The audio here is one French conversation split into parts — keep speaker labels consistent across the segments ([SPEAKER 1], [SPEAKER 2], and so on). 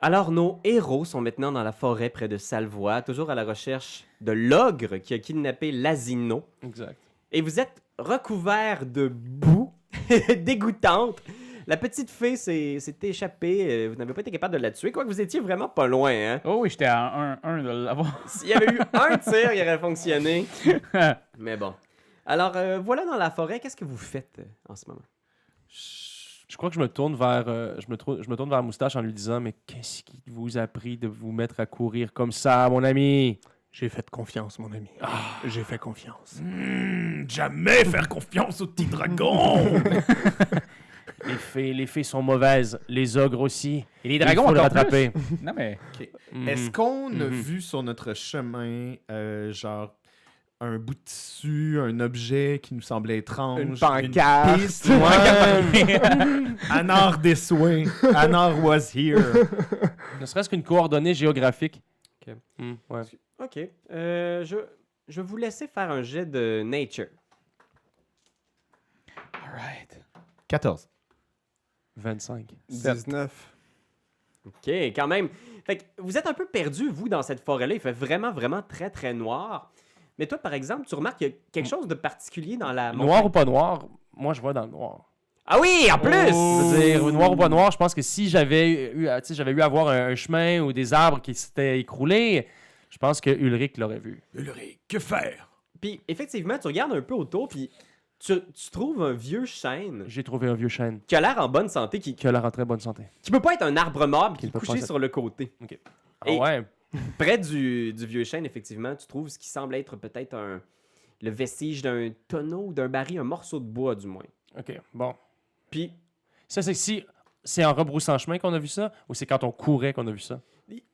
[SPEAKER 1] Alors, nos héros sont maintenant dans la forêt près de Salvoie, toujours à la recherche de l'ogre qui a kidnappé l'asino.
[SPEAKER 2] Exact.
[SPEAKER 1] Et vous êtes recouverts de boue dégoûtante. La petite fée s'est s'est échappée. euh, Vous n'avez pas été capable de la tuer, quoique vous étiez vraiment pas loin. Hein?
[SPEAKER 2] Oh oui, j'étais à 1-1 de l'avoir.
[SPEAKER 1] S'il y avait eu un tir, il aurait fonctionné. Mais bon. Alors, euh, voilà dans la forêt. Qu'est-ce que vous faites euh, en ce moment?
[SPEAKER 3] Je je crois que je me tourne vers euh, je, me trou- je me tourne vers Moustache en lui disant mais qu'est-ce qui vous a pris de vous mettre à courir comme ça mon ami
[SPEAKER 4] J'ai fait confiance, mon ami. J'ai fait confiance.
[SPEAKER 5] jamais faire confiance aux petits dragons.
[SPEAKER 3] les fées les fées sont mauvaises les ogres aussi
[SPEAKER 2] Et les
[SPEAKER 3] il
[SPEAKER 2] dragons,
[SPEAKER 3] faut les
[SPEAKER 2] encore plus.
[SPEAKER 3] rattraper
[SPEAKER 2] Non, mais.
[SPEAKER 3] Mhm.
[SPEAKER 5] Est-ce qu'on a
[SPEAKER 3] Mhm.
[SPEAKER 5] vu sur notre chemin, euh, genre, un bout de tissu, un objet qui nous semblait étrange?
[SPEAKER 1] Une pancarte.
[SPEAKER 5] piste, ouais. Anor des soins. Anor was here.
[SPEAKER 3] ne serait-ce qu'une coordonnée géographique
[SPEAKER 1] Ok.
[SPEAKER 3] Hmm, ouais.
[SPEAKER 1] OK. Euh, je, je vais vous laisser faire un jet de nature.
[SPEAKER 2] Alright.
[SPEAKER 5] 14.
[SPEAKER 3] 25
[SPEAKER 4] 19.
[SPEAKER 1] OK, quand même. Fait que vous êtes un peu perdu, vous, dans cette forêt-là. Il fait vraiment, vraiment très, très noir. Mais toi, par exemple, tu remarques qu'il y a quelque chose de particulier dans la montagne.
[SPEAKER 3] Mm. noir ou pas noir moi je vois dans le noir
[SPEAKER 1] Ah oui, en plus!
[SPEAKER 3] Je veux dire, noir ou pas noir, je pense que si j'avais eu, euh, tu sais, j'avais eu à voir un, un chemin ou des arbres qui s'étaient écroulés, je pense que Ulrich l'aurait vu.
[SPEAKER 5] Ulrich, que faire?
[SPEAKER 1] Puis effectivement, tu regardes un peu autour, puis tu, tu trouves un vieux chêne
[SPEAKER 3] J'ai trouvé un vieux chêne
[SPEAKER 1] qui a l'air en bonne santé, qui,
[SPEAKER 3] qui a l'air en très bonne santé.
[SPEAKER 1] qui peut pas être un arbre mort, mais qui
[SPEAKER 3] Qu'il
[SPEAKER 1] est
[SPEAKER 3] peut pas
[SPEAKER 1] couché
[SPEAKER 3] être-
[SPEAKER 1] sur le côté.
[SPEAKER 3] Ah
[SPEAKER 1] Et-
[SPEAKER 3] ouais?
[SPEAKER 1] Près du, du vieux chêne, effectivement, tu trouves ce qui semble être peut-être un le vestige d'un tonneau, d'un baril, un morceau de bois, du moins.
[SPEAKER 3] Ok, bon.
[SPEAKER 1] Puis
[SPEAKER 3] Ça, c'est si. C'est en rebroussant chemin qu'on a vu ça ou c'est quand on courait qu'on a vu ça?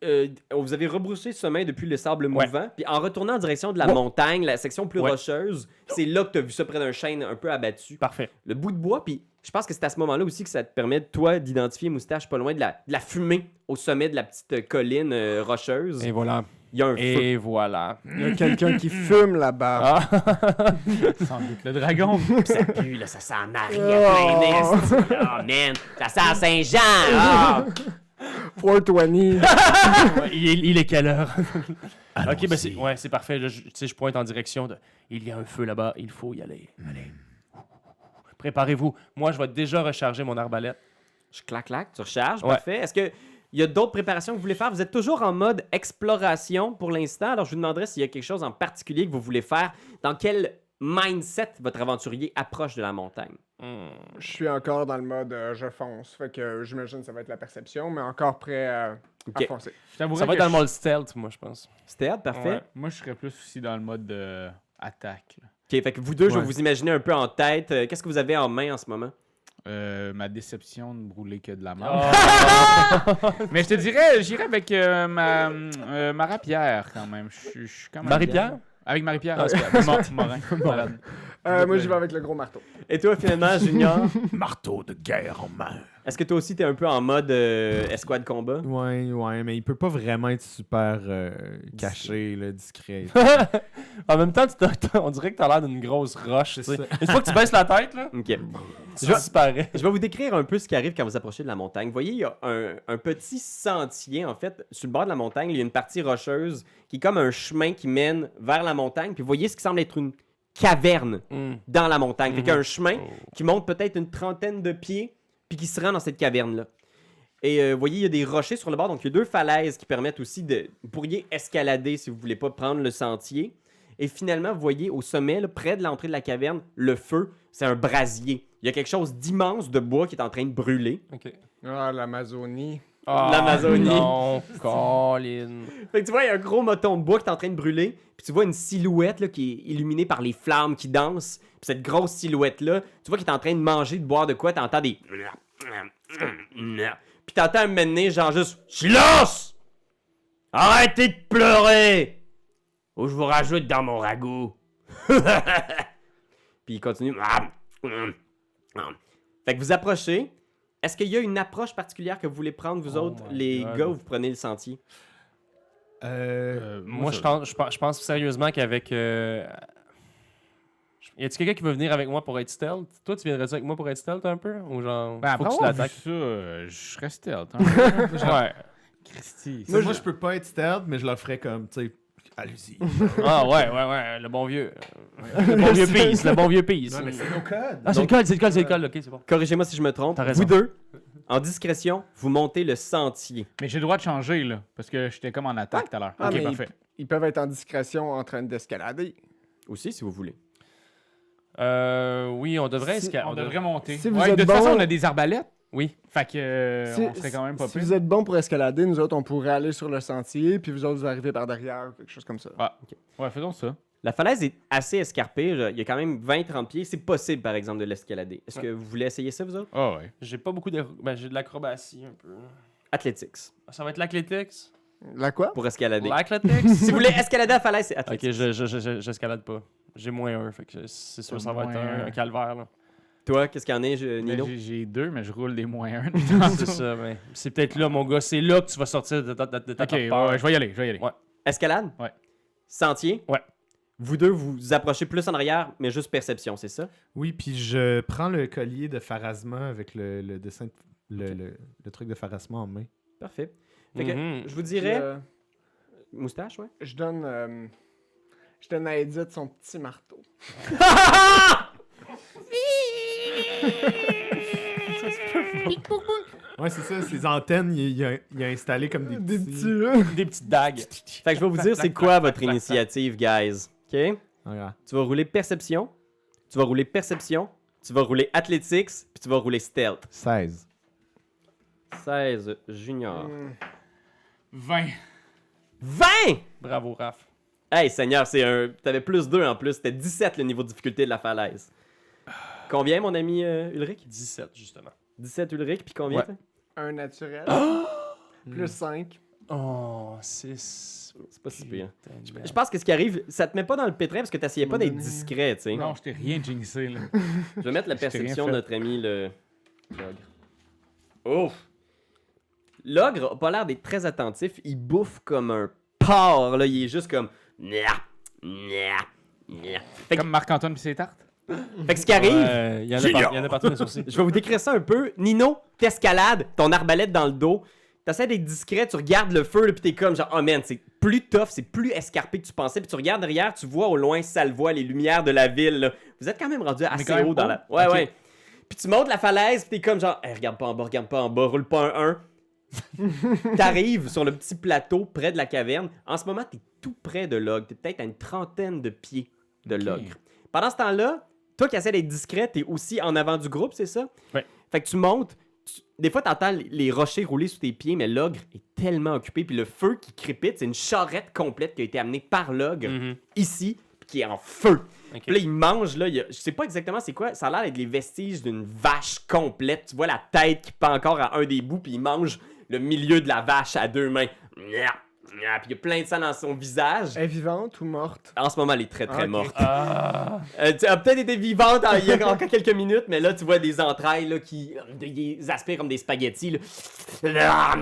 [SPEAKER 1] Euh, vous avez rebroussé chemin depuis le sable
[SPEAKER 3] Ouais.
[SPEAKER 1] mouvant, puis en retournant en direction de la
[SPEAKER 3] Ouais.
[SPEAKER 1] montagne, la section plus
[SPEAKER 3] Ouais.
[SPEAKER 1] rocheuse, c'est là que tu as vu ça près d'un chêne un peu abattu.
[SPEAKER 3] Parfait.
[SPEAKER 1] Le bout de bois, puis je pense que c'est à ce moment-là aussi que ça te permet, toi, d'identifier Moustache pas loin de la, de la fumée au sommet de la petite euh, colline euh, rocheuse.
[SPEAKER 3] Et voilà.
[SPEAKER 1] Il y a un feu.
[SPEAKER 3] Et voilà.
[SPEAKER 4] Il y a quelqu'un qui fume là-bas.
[SPEAKER 3] Ah!
[SPEAKER 2] Sans doute le dragon.
[SPEAKER 1] Puis ça pue, là, ça sent Marie à plein nez, esti. Oh, man, ça sent Saint-Jean. ah.
[SPEAKER 4] 420.
[SPEAKER 3] Ouais, il, est- il est quelle heure? ok, ben c'est ouais, c'est parfait. Là, je, tu sais, je pointe en direction de. Il y a un feu là-bas, il faut y aller. Allez. Préparez-vous. Moi, je vais déjà recharger mon arbalète.
[SPEAKER 1] Je clac, clac, tu recharges,
[SPEAKER 3] Ouais.
[SPEAKER 1] parfait. Est-ce que il y a d'autres préparations que vous voulez faire? Vous êtes toujours en mode exploration pour l'instant. Alors, je vous demanderai s'il y a quelque chose en particulier que vous voulez faire. Dans quel mindset votre aventurier approche de la montagne?
[SPEAKER 4] Je suis encore dans le mode euh, je fonce. Fait que euh, j'imagine que ça va être la perception, mais encore prêt euh,
[SPEAKER 1] Ok.
[SPEAKER 4] à foncer.
[SPEAKER 2] Je t'avouerais
[SPEAKER 3] Ça va être
[SPEAKER 2] que
[SPEAKER 3] dans le
[SPEAKER 2] je-
[SPEAKER 3] mode stealth, moi, je pense.
[SPEAKER 1] C'était parfait.
[SPEAKER 2] Ouais. Moi, je serais plus aussi dans le mode de attaque. là.
[SPEAKER 1] OK, fait que vous deux, je vais
[SPEAKER 5] Ouais.
[SPEAKER 1] vous imaginer un peu en tête. Euh, Qu'est-ce que vous avez en main en ce moment?
[SPEAKER 2] Euh, ma déception de brûler que de la mort.
[SPEAKER 3] Oh!
[SPEAKER 2] Mais je te dirais, j'irais avec euh, ma, euh, ma rapière quand même. Je suis- je suis quand même
[SPEAKER 3] Marie-Pierre?
[SPEAKER 2] bien. Avec Marie-Pierre. Ah, Mo- Morin. Malade.
[SPEAKER 4] Euh, moi, j'y vais avec le gros marteau.
[SPEAKER 1] Et toi, finalement, Junior,
[SPEAKER 5] Marteau de guerre en main.
[SPEAKER 1] est-ce que toi aussi, t'es un peu en mode euh, escouade combat?
[SPEAKER 5] Ouais, ouais, mais il peut pas vraiment être super euh, caché, là, discret.
[SPEAKER 3] en même temps, tu t'as- t'as- on dirait que t'as l'air d'une grosse roche. tu sais.
[SPEAKER 5] ça.
[SPEAKER 3] Une fois que tu baisses la tête, là,
[SPEAKER 1] OK.
[SPEAKER 3] tu
[SPEAKER 1] Je-
[SPEAKER 3] disparais.
[SPEAKER 1] Je vais vous décrire un peu ce qui arrive quand vous approchez de la montagne. Vous voyez, il y a un, un petit sentier, en fait, sur le bord de la montagne. Il y a une partie rocheuse qui est comme un chemin qui mène vers la montagne. Puis vous voyez ce qui semble être une caverne
[SPEAKER 3] Hmm.
[SPEAKER 1] dans la montagne. Fait qu'il y a un chemin qui monte peut-être une trentaine de pieds, puis qui se rend dans cette caverne-là. Et euh, vous voyez, il y a des rochers sur le bord, donc il y a deux falaises qui permettent aussi de... Vous pourriez escalader si vous voulez pas prendre le sentier. Et finalement, vous voyez au sommet, là, près de l'entrée de la caverne, le feu, c'est un brasier. Il y a quelque chose d'immense de bois qui est en train de brûler.
[SPEAKER 3] Ok.
[SPEAKER 4] Ah, l'Amazonie.
[SPEAKER 3] Ah,
[SPEAKER 1] L'Amazonie.
[SPEAKER 3] Non, Colin.
[SPEAKER 1] Fait que tu vois, il y a un gros moton de bois qui est en train de brûler, puis tu vois une silhouette là, qui est illuminée par les flammes qui dansent. Puis cette grosse silhouette-là, tu vois qu'il est en train de manger, de boire de quoi, t'entends des... Puis t'entends un moment donné, genre juste... Silence! Arrêtez de pleurer! Ou je vous rajoute dans mon ragoût. puis il continue... Fait que vous approchez. Est-ce qu'il y a une approche particulière que vous voulez prendre, vous
[SPEAKER 3] Oh
[SPEAKER 1] autres,
[SPEAKER 3] my
[SPEAKER 1] les
[SPEAKER 3] God.
[SPEAKER 1] gars, ou vous prenez le sentier?
[SPEAKER 5] Euh,
[SPEAKER 2] Euh,
[SPEAKER 3] Moi, je, pense- je pense- je pense sérieusement qu'avec. euh, Y a-tu quelqu'un qui veut venir avec moi pour être stealth? Toi, tu viendrais avec moi pour être stealth un peu? Ou genre.
[SPEAKER 2] Ben,
[SPEAKER 3] faut
[SPEAKER 2] après
[SPEAKER 3] que tu
[SPEAKER 2] avoir vu
[SPEAKER 3] l'attaques.
[SPEAKER 2] ça, euh, je serais stealth. hein.
[SPEAKER 3] Ouais.
[SPEAKER 2] Christy.
[SPEAKER 5] Moi, je peux pas être stealth, mais je leur ferais comme, tu sais, allez-y.
[SPEAKER 3] Ah ouais, ouais, ouais, le bon vieux. Le bon vieux Peace, le bon vieux Peace.
[SPEAKER 5] nos codes.
[SPEAKER 3] Ah, c'est le code, c'est le code, c'est le code, ok, c'est bon.
[SPEAKER 1] Corrigez-moi si je me trompe.
[SPEAKER 3] T'as raison.
[SPEAKER 1] Vous deux, en discrétion, vous montez le sentier.
[SPEAKER 2] Mais j'ai le droit de changer, là, parce que j'étais comme en attaque tout à l'heure.
[SPEAKER 4] Ah,
[SPEAKER 2] ok,
[SPEAKER 4] mais-
[SPEAKER 2] parfait.
[SPEAKER 4] Ils peuvent être en discrétion en train d'escalader.
[SPEAKER 1] Aussi, si vous voulez.
[SPEAKER 3] Euh, oui, on devrait esca-
[SPEAKER 2] On devrait monter.
[SPEAKER 4] si vous
[SPEAKER 2] Ouais,
[SPEAKER 4] êtes
[SPEAKER 2] de toute façon,
[SPEAKER 4] bon-
[SPEAKER 2] on a des arbalètes.
[SPEAKER 3] Oui.
[SPEAKER 2] Fait que euh,
[SPEAKER 4] Si-
[SPEAKER 2] on serait quand même pas
[SPEAKER 4] Si
[SPEAKER 2] pire.
[SPEAKER 4] vous êtes bon pour escalader, nous autres, on pourrait aller sur le sentier, puis vous autres, vous arrivez par derrière, ou quelque chose comme ça.
[SPEAKER 2] Ouais, faisons ça.
[SPEAKER 1] La falaise est assez escarpée. là. Il y a quand même 20-30 pieds. C'est possible, par exemple, de l'escalader. Est-ce que vous voulez essayer ça, vous autres?
[SPEAKER 2] Ah ouais.
[SPEAKER 3] J'ai pas beaucoup de. Ben, j'ai de l'acrobatie un peu.
[SPEAKER 1] Athletics.
[SPEAKER 3] Ça va être l'athlétics.
[SPEAKER 4] La quoi?
[SPEAKER 1] Pour escalader.
[SPEAKER 3] L'athlétics.
[SPEAKER 1] Si vous voulez escalader la falaise, c'est
[SPEAKER 3] ok,
[SPEAKER 1] athletics.
[SPEAKER 3] j'escalade je, je, je- j'escalade pas. J'ai moins un, fait que c'est sûr
[SPEAKER 2] T'as
[SPEAKER 3] ça va être
[SPEAKER 2] moins
[SPEAKER 3] un,
[SPEAKER 2] un.
[SPEAKER 3] un calvaire. Là.
[SPEAKER 1] Toi, qu'est-ce qu'il y en a, je-
[SPEAKER 2] Mais
[SPEAKER 1] Nino?
[SPEAKER 2] Ben, j'ai- J'ai deux, mais je roule des moyens.
[SPEAKER 3] c'est ça, mais c'est peut-être là, mon gars. C'est là que tu vas sortir de ta, de, de ta
[SPEAKER 2] ok, ouais,
[SPEAKER 3] peur.
[SPEAKER 2] ouais, je vais y aller, je vais y aller.
[SPEAKER 3] Ouais.
[SPEAKER 1] Escalade?
[SPEAKER 2] Ouais.
[SPEAKER 1] Sentier?
[SPEAKER 3] Ouais.
[SPEAKER 1] Vous deux, vous approchez plus en arrière, mais juste perception, c'est ça?
[SPEAKER 5] Oui, puis je prends le collier de Pharasma avec le, le dessin, le, le- le truc de Pharasma en main.
[SPEAKER 1] Parfait. Fait que,
[SPEAKER 3] Mhm.
[SPEAKER 1] Je vous dirais...
[SPEAKER 4] Puis, euh,
[SPEAKER 1] Moustache, ouais?
[SPEAKER 4] je donne. euh, je donne à Edith son petit marteau.
[SPEAKER 5] Ouais, c'est ça, ses antennes, il il a, il a installé comme des,
[SPEAKER 4] Des
[SPEAKER 5] petits.
[SPEAKER 4] petits. là.
[SPEAKER 3] Des petites dagues.
[SPEAKER 1] Fait que je vais vous dire c'est quoi votre initiative, guys. OK?
[SPEAKER 5] Ah, Regarde.
[SPEAKER 1] Tu vas rouler perception, tu vas rouler perception, tu vas rouler athletics, puis tu vas rouler stealth.
[SPEAKER 5] 16.
[SPEAKER 1] 16 junior.
[SPEAKER 4] Hum,
[SPEAKER 2] 20.
[SPEAKER 1] 20!
[SPEAKER 3] Bravo, Raph.
[SPEAKER 1] Hey seigneur, c'est un t'avais plus 2 en plus, c'était 17 le niveau de difficulté de la falaise. Combien mon ami euh, Ulrich
[SPEAKER 3] 17, justement.
[SPEAKER 1] 17 Ulrich puis combien
[SPEAKER 3] Ouais.
[SPEAKER 1] toi?
[SPEAKER 4] un naturel. plus 5.
[SPEAKER 3] Oh, 6.
[SPEAKER 1] C'est pas si pire. hein. Je pense que ce qui arrive, ça te met pas dans le pétrin parce que t'essayais pas d'être discret, tu sais.
[SPEAKER 2] Non, je t'ai rien jinxé, là.
[SPEAKER 1] Je vais mettre la
[SPEAKER 2] t'ai rien
[SPEAKER 1] perception de
[SPEAKER 2] fait.
[SPEAKER 1] notre ami le l'ogre. Ouf. L'ogre a pas l'air d'être très attentif, il bouffe comme un porc là, il est juste comme Nya, nya, nya. Fait que-
[SPEAKER 2] Comme Marc-Antoine pis ses tartes.
[SPEAKER 1] fait que ce qui arrive,
[SPEAKER 3] Il y en a par- il y en a partout dans les sourcils.
[SPEAKER 1] Je vais vous décrire ça un peu. Nino, t'escalades, ton arbalète dans le dos. T'essaies d'être discret, tu regardes le feu, là, puis t'es comme genre, oh man, c'est plus tough, c'est plus escarpé que tu pensais. Puis tu regardes derrière, tu vois au loin, ça le voit, les lumières de la ville. là. Vous êtes quand même rendu assez
[SPEAKER 2] quand même
[SPEAKER 1] haut dans
[SPEAKER 2] haut.
[SPEAKER 1] la. Ouais,
[SPEAKER 2] Ok.
[SPEAKER 1] ouais. Puis tu montes la falaise, puis t'es comme genre, Hey, regarde pas en bas, regarde pas en bas, roule pas un 1. T'arrives sur le petit plateau près de la caverne. En ce moment, t'es tout près de l'ogre. T'es peut-être à une trentaine de pieds de l'ogre. Pendant ce temps-là, toi qui essaies d'être discret, t'es aussi en avant du groupe, c'est ça?
[SPEAKER 3] Ouais.
[SPEAKER 1] Fait que tu montes. tu- Des fois, t'entends les- les rochers rouler sous tes pieds, mais l'ogre est tellement occupé. Puis le feu qui crépite, c'est une charrette complète qui a été amenée par l'ogre
[SPEAKER 3] Mhm.
[SPEAKER 1] ici, puis qui est en feu.
[SPEAKER 3] Ok.
[SPEAKER 1] Puis là, il mange, là, il y a- je sais pas exactement c'est quoi, ça a l'air d'être les vestiges d'une vache complète. Tu vois la tête qui pend encore à un des bouts, puis il mange le milieu de la vache à deux mains. Nya, nya, Puis il y a plein de sang dans son visage.
[SPEAKER 3] Eh.
[SPEAKER 4] Est vivante ou morte?
[SPEAKER 1] En ce moment, elle est très, très
[SPEAKER 4] Ok.
[SPEAKER 1] morte.
[SPEAKER 3] Ah.
[SPEAKER 1] Euh, tu as peut-être été vivante en- il y a encore quelques minutes, mais là, tu vois des entrailles là, qui ils aspirent comme des spaghettis. là.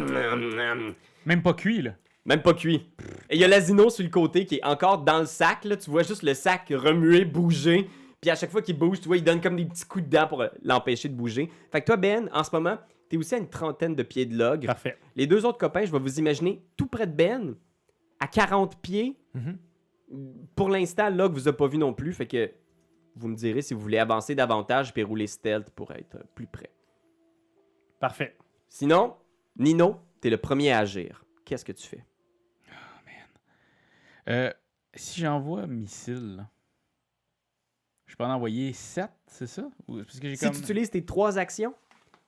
[SPEAKER 2] Même pas cuit, là.
[SPEAKER 1] Même pas cuit. Et il y a l'asino sur le côté qui est encore dans le sac. Là. Tu vois juste le sac remuer, bouger. Puis à chaque fois qu'il bouge, tu vois, il donne comme des petits coups de dents pour euh, l'empêcher de bouger. Fait que toi, Ben, en ce moment, t'es aussi à une trentaine de pieds de log.
[SPEAKER 3] Parfait.
[SPEAKER 1] Les deux autres copains, je vais vous imaginer tout près de Ben, à 40 pieds.
[SPEAKER 5] Mhm.
[SPEAKER 3] Mm-hmm.
[SPEAKER 1] Pour l'instant, Log vous a pas vu non plus, fait que vous me direz si vous voulez avancer davantage puis rouler stealth pour être euh, plus près.
[SPEAKER 3] Parfait.
[SPEAKER 1] Sinon, Nino, t'es le premier à agir. Qu'est-ce que tu fais?
[SPEAKER 2] Euh, si j'envoie missile, là, je peux en envoyer 7, c'est ça? Ou- Parce que j'ai
[SPEAKER 1] Si
[SPEAKER 2] comme...
[SPEAKER 1] tu utilises tes trois actions,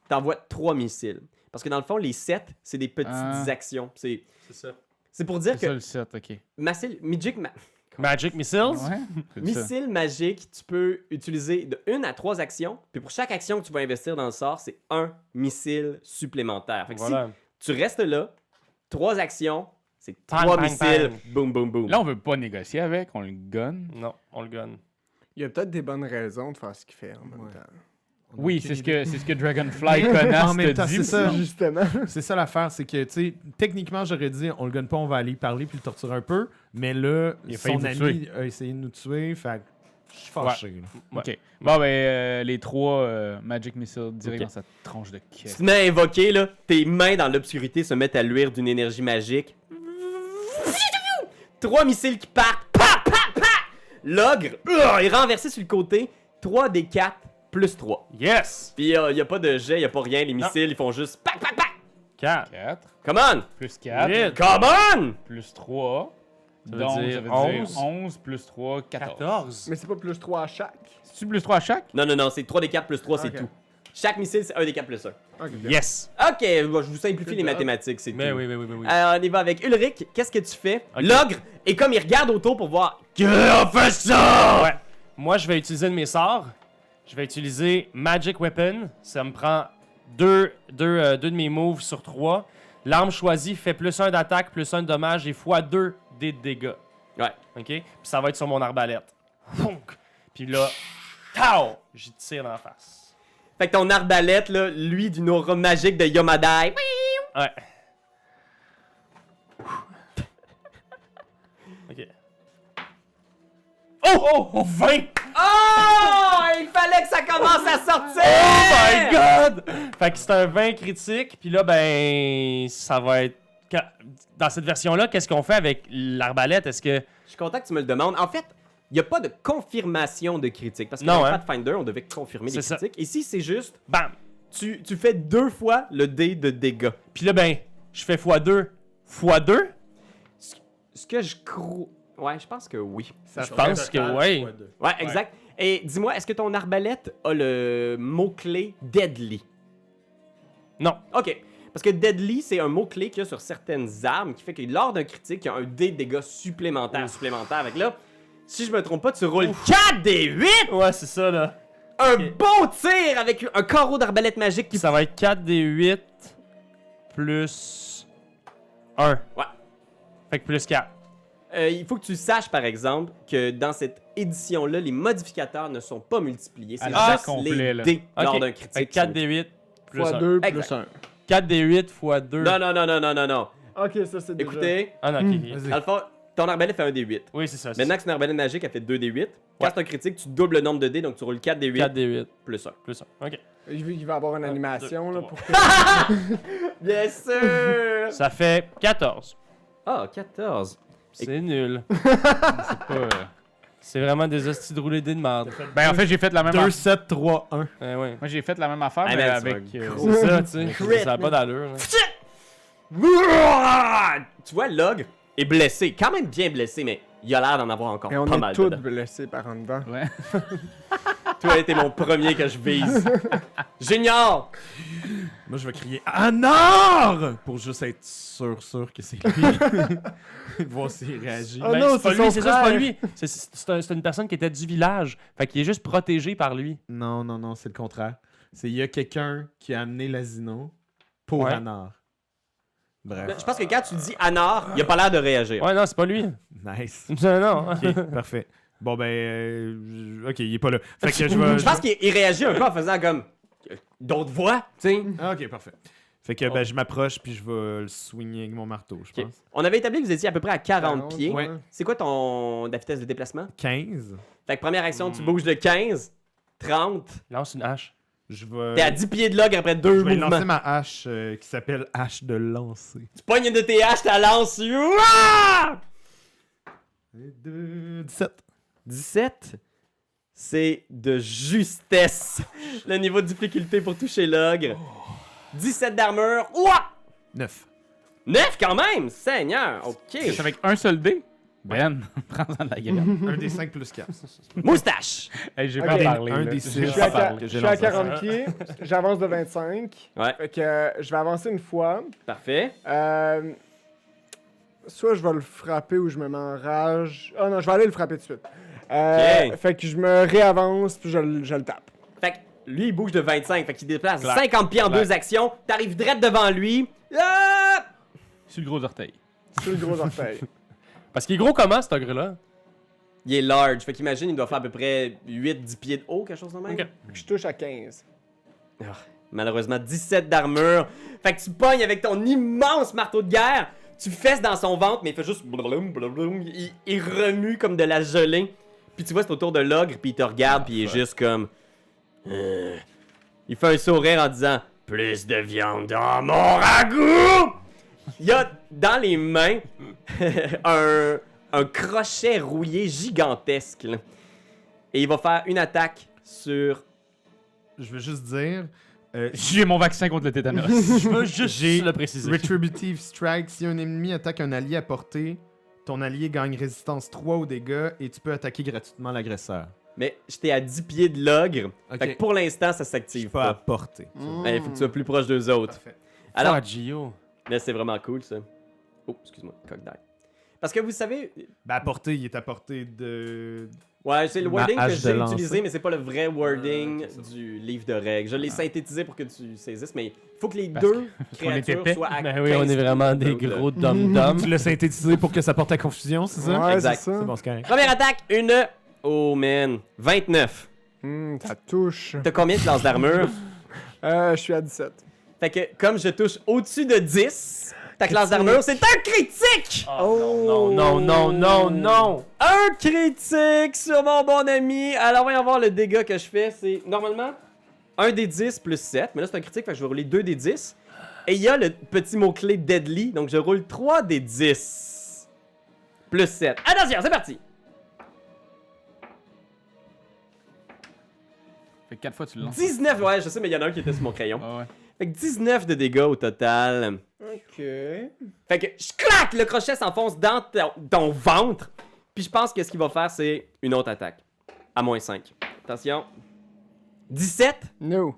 [SPEAKER 1] t'envoies trois missiles. Parce que dans le fond, les sept, c'est des petites
[SPEAKER 2] Ah.
[SPEAKER 1] actions. C'est
[SPEAKER 3] C'est ça.
[SPEAKER 1] c'est pour
[SPEAKER 2] C'est
[SPEAKER 1] dire
[SPEAKER 2] ça
[SPEAKER 1] que
[SPEAKER 2] le 7, ok.
[SPEAKER 1] Massil- Magic Ma-
[SPEAKER 3] Magic missiles?
[SPEAKER 2] Ouais? c'est ça.
[SPEAKER 1] Missile magique, tu peux utiliser de une à trois actions. Puis pour chaque action que tu vas investir dans le sort, c'est un missile supplémentaire. Fait que
[SPEAKER 3] Voilà.
[SPEAKER 1] si tu restes là, trois actions, c'est
[SPEAKER 3] Bang,
[SPEAKER 1] trois
[SPEAKER 3] bang,
[SPEAKER 1] missiles.
[SPEAKER 3] bang.
[SPEAKER 1] Boum, boum, boum.
[SPEAKER 2] Là, on veut pas négocier avec, on le gonne.
[SPEAKER 3] Non, on le gonne.
[SPEAKER 4] Il y a peut-être des bonnes raisons de faire ce qu'il fait en même
[SPEAKER 5] Ouais.
[SPEAKER 4] temps.
[SPEAKER 5] On a
[SPEAKER 2] Oui,
[SPEAKER 5] aucune
[SPEAKER 2] c'est ce,
[SPEAKER 5] idée.
[SPEAKER 2] que, c'est ce que Dragonfly connasse
[SPEAKER 5] En même temps,
[SPEAKER 2] te dit.
[SPEAKER 5] c'est
[SPEAKER 2] mais
[SPEAKER 5] ça.
[SPEAKER 2] non.
[SPEAKER 4] Justement.
[SPEAKER 5] C'est ça l'affaire, c'est que, tu sais, techniquement, j'aurais dit, on le gonne pas, on va aller parler puis le torturer un peu. Mais là,
[SPEAKER 2] Il a failli
[SPEAKER 5] son
[SPEAKER 2] nous
[SPEAKER 5] ami a essayé de nous tuer, fait que Je suis fâché. là.
[SPEAKER 3] Ouais.
[SPEAKER 2] Ok. Bon, ben, euh, les trois euh, Magic Missile direct
[SPEAKER 1] Ok.
[SPEAKER 2] dans sa tranche de
[SPEAKER 1] Tu
[SPEAKER 2] queue.
[SPEAKER 1] te mets à invoquer, là, tes mains dans l'obscurité se mettent à luire d'une énergie magique. Trois missiles qui partent. Pa, pa, pa! L'ogre euh, est renversé sur le côté. 3 des 4 plus 3.
[SPEAKER 3] Yes!
[SPEAKER 1] Puis il n'y a pas de jet, il n'y a pas rien. Les missiles, ils font juste. Pa, pa, pa!
[SPEAKER 3] 4.
[SPEAKER 2] 4
[SPEAKER 1] Come on!
[SPEAKER 2] plus 4
[SPEAKER 3] Huit.
[SPEAKER 1] Come on!
[SPEAKER 2] plus 3.
[SPEAKER 3] Ça veut
[SPEAKER 2] Donc,
[SPEAKER 3] dire
[SPEAKER 2] ça veut
[SPEAKER 3] onze.
[SPEAKER 2] dire 11 plus 3, 14.
[SPEAKER 3] 14.
[SPEAKER 4] Mais c'est pas plus 3 à chaque.
[SPEAKER 2] C'est-tu plus 3 à chaque?
[SPEAKER 1] Non, non, non, c'est 3 des 4 plus 3, c'est
[SPEAKER 4] Ok.
[SPEAKER 1] tout. Chaque missile, c'est 1 des 4 plus 1.
[SPEAKER 4] Ok.
[SPEAKER 3] Yes!
[SPEAKER 1] Ok, bon, je vous simplifie les mathématiques, c'est tout.
[SPEAKER 2] Ben
[SPEAKER 3] Mais Ben oui, oui, oui, oui. oui.
[SPEAKER 1] Euh, on y va avec Ulrich. Qu'est-ce que tu fais?
[SPEAKER 3] Ok.
[SPEAKER 1] L'ogre, et comme il regarde autour pour voir. Que a fait ça?
[SPEAKER 3] Ouais. Moi, je vais utiliser de mes sorts. Je vais utiliser Magic Weapon. Ça me prend deux, deux, euh, deux de mes moves sur trois. L'arme choisie fait plus un d'attaque, plus un de dommage et fois deux des dégâts.
[SPEAKER 1] Ouais.
[SPEAKER 3] OK? Puis ça va être sur mon arbalète. Founk! Puis là, tao! J'y tire en face.
[SPEAKER 1] Fait que ton arbalète, là, lui, d'une aura magique de Yomadai.
[SPEAKER 3] Ouais. OK. Oh! Oh! oh, 20!
[SPEAKER 1] Oh! Il fallait que ça commence à sortir!
[SPEAKER 3] Oh my god! Fait que c'est un 20 critique, puis là, ben, ça va être. Quand- Dans cette version-là, qu'est-ce qu'on fait avec l'arbalète? Est-ce que.
[SPEAKER 1] Je suis content que tu me le demandes. En fait, il n'y a pas de confirmation de critique. Parce que
[SPEAKER 3] Non,
[SPEAKER 1] dans
[SPEAKER 3] hein.
[SPEAKER 1] Pathfinder, on devait confirmer les
[SPEAKER 3] C'est ça.
[SPEAKER 1] critiques. Ici, c'est juste,
[SPEAKER 3] Bam!
[SPEAKER 1] tu, tu fais deux fois le dé de dégâts.
[SPEAKER 3] Puis là, ben, je fais x2, x2?
[SPEAKER 1] Ce que je crois. Ouais, je pense que oui.
[SPEAKER 3] Je pense que, ouais.
[SPEAKER 1] Ouais, exact. Et dis-moi, est-ce que ton arbalète a le mot-clé deadly?
[SPEAKER 3] Non.
[SPEAKER 1] Ok. Parce que deadly, c'est un mot-clé qu'il y a sur certaines armes qui fait que lors d'un critique, il y a un dé de dégâts supplémentaire, supplémentaire. Avec là, si je me trompe pas, tu roules 4 des 8!
[SPEAKER 3] Ouais, c'est ça, là.
[SPEAKER 1] Un bon tir avec un carreau d'arbalète magique qui.
[SPEAKER 3] Ça va être 4 des 8 plus 1.
[SPEAKER 1] Ouais.
[SPEAKER 3] Fait que plus 4.
[SPEAKER 1] Euh, il faut que tu saches, par exemple, que dans cette édition-là, les modificateurs ne sont pas multipliés. C'est
[SPEAKER 2] À l'arc
[SPEAKER 1] juste
[SPEAKER 2] complet,
[SPEAKER 1] les
[SPEAKER 2] là.
[SPEAKER 1] dés
[SPEAKER 3] Ok.
[SPEAKER 1] lors d'un critique.
[SPEAKER 3] Fait que 4 des 8 plus
[SPEAKER 4] Fois
[SPEAKER 3] 1.
[SPEAKER 4] 2
[SPEAKER 1] Exact.
[SPEAKER 4] plus 1.
[SPEAKER 3] 4 des 8 fois 2.
[SPEAKER 1] Non, non, non, non, non, non, non.
[SPEAKER 4] Ok, ça c'est déjà.
[SPEAKER 1] Écoutez.
[SPEAKER 3] Ah non, ok, ok.
[SPEAKER 5] Vas-y.
[SPEAKER 1] Dans le fond, ton arbalète fait un D8.
[SPEAKER 3] Oui, c'est ça. c'est
[SPEAKER 1] Maintenant que c'est une arbalète magique, elle fait 2 D8. Quand
[SPEAKER 3] Ouais.
[SPEAKER 1] c'est un critique, tu doubles le nombre de dés, donc tu roules 4
[SPEAKER 3] ça.
[SPEAKER 1] D8
[SPEAKER 3] 4 des 8
[SPEAKER 1] plus 1.
[SPEAKER 3] plus 1. Ok.
[SPEAKER 4] Il va- il va avoir une animation
[SPEAKER 3] deux,
[SPEAKER 4] là
[SPEAKER 3] trois.
[SPEAKER 4] pour que.
[SPEAKER 1] Bien sûr!
[SPEAKER 3] Ça fait 14.
[SPEAKER 1] Ah, 14.
[SPEAKER 3] C'est nul.
[SPEAKER 2] C'est pas, euh,
[SPEAKER 3] C'est vraiment des hosties de roulés de dés de merde.
[SPEAKER 2] Ben, en fait, j'ai fait la même
[SPEAKER 5] 2,
[SPEAKER 2] affaire.
[SPEAKER 5] 7, 3, 1.
[SPEAKER 3] Ouais, ouais.
[SPEAKER 2] Moi, j'ai fait la même affaire,
[SPEAKER 1] Ah,
[SPEAKER 2] mais
[SPEAKER 1] man,
[SPEAKER 2] avec.
[SPEAKER 1] c'est un
[SPEAKER 2] euh,
[SPEAKER 1] gros-
[SPEAKER 3] C'est ça, tu sais.
[SPEAKER 1] Crit,
[SPEAKER 3] Ça n'a pas d'allure. hein. là.
[SPEAKER 1] Ah! Tu vois, Log est blessé. Quand même bien blessé, mais il a l'air d'en avoir encore
[SPEAKER 4] Et on
[SPEAKER 1] pas
[SPEAKER 4] est
[SPEAKER 1] mal.
[SPEAKER 4] tous
[SPEAKER 1] dedans.
[SPEAKER 4] blessés par en dedans.
[SPEAKER 2] Ouais.
[SPEAKER 1] Toi, t'es mon premier que je vise. Junior!
[SPEAKER 5] Moi, je vais crier Anor Pour juste être sûr, sûr que c'est lui. Voir s'il réagit.
[SPEAKER 4] Ah
[SPEAKER 3] Ben,
[SPEAKER 4] non,
[SPEAKER 3] c'est pas
[SPEAKER 4] c'est son
[SPEAKER 3] lui, c'est ça, c'est pas
[SPEAKER 4] frère.
[SPEAKER 3] lui. C'est- C'est c'est un- c'est une personne qui était du village. Fait qu'il est juste protégé par lui.
[SPEAKER 5] Non, non, non, c'est le contraire. C'est il y a quelqu'un qui a amené l'asino pour
[SPEAKER 3] Ouais.
[SPEAKER 5] Anor. Bref.
[SPEAKER 1] Je pense que quand tu dis Anor, il a pas l'air de réagir.
[SPEAKER 3] Ouais, non, c'est pas lui.
[SPEAKER 5] Nice.
[SPEAKER 3] Non, non.
[SPEAKER 5] Ok, parfait. Bon, ben. euh, ok, il est pas là. Fait que je vais.
[SPEAKER 1] Je pense qu'il il réagit un peu en faisant comme. euh, D'autres voix, tu sais.
[SPEAKER 5] Ah, ok, parfait. Fait que
[SPEAKER 3] Oh.
[SPEAKER 5] ben, je m'approche puis je vais le soigner avec mon marteau, je
[SPEAKER 1] Ok.
[SPEAKER 5] pense.
[SPEAKER 1] On avait établi que vous étiez à peu près à 40,
[SPEAKER 4] 40,
[SPEAKER 1] pieds.
[SPEAKER 5] Ouais.
[SPEAKER 1] C'est quoi ton ta vitesse de déplacement?
[SPEAKER 5] 15.
[SPEAKER 1] Fait que première action, tu
[SPEAKER 3] Hmm.
[SPEAKER 1] bouges de 15, 30.
[SPEAKER 3] Lance une hache.
[SPEAKER 5] Je vais.
[SPEAKER 1] T'es à 10 pieds de log après
[SPEAKER 5] Euh. Je
[SPEAKER 1] deux
[SPEAKER 5] vais
[SPEAKER 1] mouvements.
[SPEAKER 5] lancer ma hache euh, qui s'appelle hache de lancer.
[SPEAKER 1] Tu pognes une de tes haches, t'as lance. ah! Ouah!
[SPEAKER 5] Et deux, 17.
[SPEAKER 1] 17. C'est de justesse. Le niveau de difficulté pour toucher l'ogre. 17 d'armure. Ouah!
[SPEAKER 5] 9.
[SPEAKER 1] 9 quand même! Seigneur!
[SPEAKER 2] C'est
[SPEAKER 1] Ok.
[SPEAKER 2] avec un seul dé. Ben, prends-en de la graine.
[SPEAKER 5] 1 des 5 plus 4.
[SPEAKER 1] Moustache!
[SPEAKER 2] Hey, j'ai
[SPEAKER 4] Ok.
[SPEAKER 2] pas parlé.
[SPEAKER 5] Un
[SPEAKER 2] là.
[SPEAKER 5] des
[SPEAKER 2] J'ai
[SPEAKER 5] six.
[SPEAKER 4] Je
[SPEAKER 2] pas
[SPEAKER 4] suis à,
[SPEAKER 2] parlé.
[SPEAKER 4] qua-
[SPEAKER 5] j'ai
[SPEAKER 4] je suis à
[SPEAKER 5] lancé
[SPEAKER 4] 40 pieds, j'avance de 25.
[SPEAKER 1] Ouais.
[SPEAKER 4] Fait que euh, je vais avancer une fois.
[SPEAKER 1] Parfait.
[SPEAKER 4] Euh, soit je vais le frapper ou je me mets en rage. Ah non, je vais aller le frapper tout de suite. Euh,
[SPEAKER 1] Ok.
[SPEAKER 4] Fait que je me réavance puis je, le- je le tape.
[SPEAKER 1] Fait que lui, il bouge de 25. Fait qu'il déplace
[SPEAKER 2] Clac.
[SPEAKER 1] 50 pieds en
[SPEAKER 2] Clac.
[SPEAKER 1] deux actions. T'arrives direct devant lui. Ah!
[SPEAKER 2] Sur le gros orteil.
[SPEAKER 4] Sur le gros orteil.
[SPEAKER 3] Parce qu'il est gros comment, cet ogre-là?
[SPEAKER 1] Il est large, fait qu'imagine, il doit faire à peu près 8-10 pieds de haut, quelque chose de même.
[SPEAKER 3] Ok.
[SPEAKER 4] je touche à 15.
[SPEAKER 1] Ah, malheureusement, 17 d'armure. Fait que tu pognes avec ton immense marteau de guerre, tu fesses dans son ventre, mais il fait juste blum, blum, blum, il, il remue comme de la gelée. Puis tu vois, c'est autour de l'ogre, puis il te regarde, puis il est juste comme. Euh, Il fait un sourire en disant Plus de viande dans mon ragoût Il a dans les mains un, un crochet rouillé gigantesque. là. Et il va faire une attaque sur.
[SPEAKER 5] Je veux juste dire. euh,
[SPEAKER 2] J'ai mon vaccin contre le tétanos.
[SPEAKER 5] je veux juste
[SPEAKER 3] J'ai le préciser.
[SPEAKER 5] Retributive Strike. Si un ennemi attaque un allié à portée, ton allié gagne résistance 3 aux dégâts et tu peux attaquer gratuitement l'agresseur.
[SPEAKER 1] Mais j'étais à 10 pieds de l'ogre. Fait que pour l'instant, ça s'active
[SPEAKER 5] pas à
[SPEAKER 1] pas. Mm.
[SPEAKER 5] portée.
[SPEAKER 1] Ouais, faut que tu sois plus proche d'eux autres.
[SPEAKER 5] Parfait.
[SPEAKER 1] Alors,
[SPEAKER 3] Ah, Gio.
[SPEAKER 1] mais c'est vraiment cool ça. Oh, excuse-moi, coq d'ail. Parce que vous savez,
[SPEAKER 5] Ben, à portée, il est à portée de.
[SPEAKER 1] Ouais, c'est le
[SPEAKER 5] Ma
[SPEAKER 1] wording que
[SPEAKER 5] hache de
[SPEAKER 1] j'ai
[SPEAKER 5] lancer.
[SPEAKER 1] utilisé, mais c'est pas le vrai wording
[SPEAKER 5] Ah, ok, c'est Ah. bon.
[SPEAKER 1] du livre de règles. Je l'ai synthétisé pour que tu saisisses, mais il faut que les
[SPEAKER 2] Parce
[SPEAKER 1] deux
[SPEAKER 2] qu'on est
[SPEAKER 1] créatures
[SPEAKER 2] épais.
[SPEAKER 1] soient à
[SPEAKER 3] Ben oui, on
[SPEAKER 1] 15
[SPEAKER 3] est vraiment
[SPEAKER 1] pieds
[SPEAKER 3] des
[SPEAKER 1] de l'autre,
[SPEAKER 3] gros dum-dums.
[SPEAKER 5] Tu l'as synthétisé pour que ça porte à confusion, c'est ça?
[SPEAKER 4] Ouais,
[SPEAKER 1] Exact.
[SPEAKER 4] c'est ça.
[SPEAKER 5] C'est bon, c'est
[SPEAKER 1] là.
[SPEAKER 5] correct.
[SPEAKER 1] Première attaque, une. Oh man, 29.
[SPEAKER 4] Hmm, ça touche.
[SPEAKER 1] T'as combien de lances d'armure?
[SPEAKER 4] Euh, je suis à 17.
[SPEAKER 1] fait que comme je touche au-dessus de 10, ta classe d'armure, c'est un critique!
[SPEAKER 3] Non, non, non, non, non.
[SPEAKER 1] Un critique sur mon bon ami! Alors voyons voir le dégât que je fais. C'est normalement 1 des 10 plus 7, mais là c'est un critique, fait que je vais rouler 2 des 10. Et il y a le petit mot-clé deadly, donc je roule 3 des 10 plus 7. Attention, c'est parti!
[SPEAKER 2] fait 4 fois tu le lances.
[SPEAKER 1] 19, ouais, je sais, mais il y en a un qui était sur mon crayon.
[SPEAKER 2] Ah ouais.
[SPEAKER 1] Fait que 19 de dégâts au total.
[SPEAKER 4] Ok.
[SPEAKER 1] Fait que je claque, le crochet s'enfonce dans ton, ton ventre. Puis je pense que ce qu'il va faire, c'est une autre attaque. À moins 5. Attention. 17!
[SPEAKER 4] No.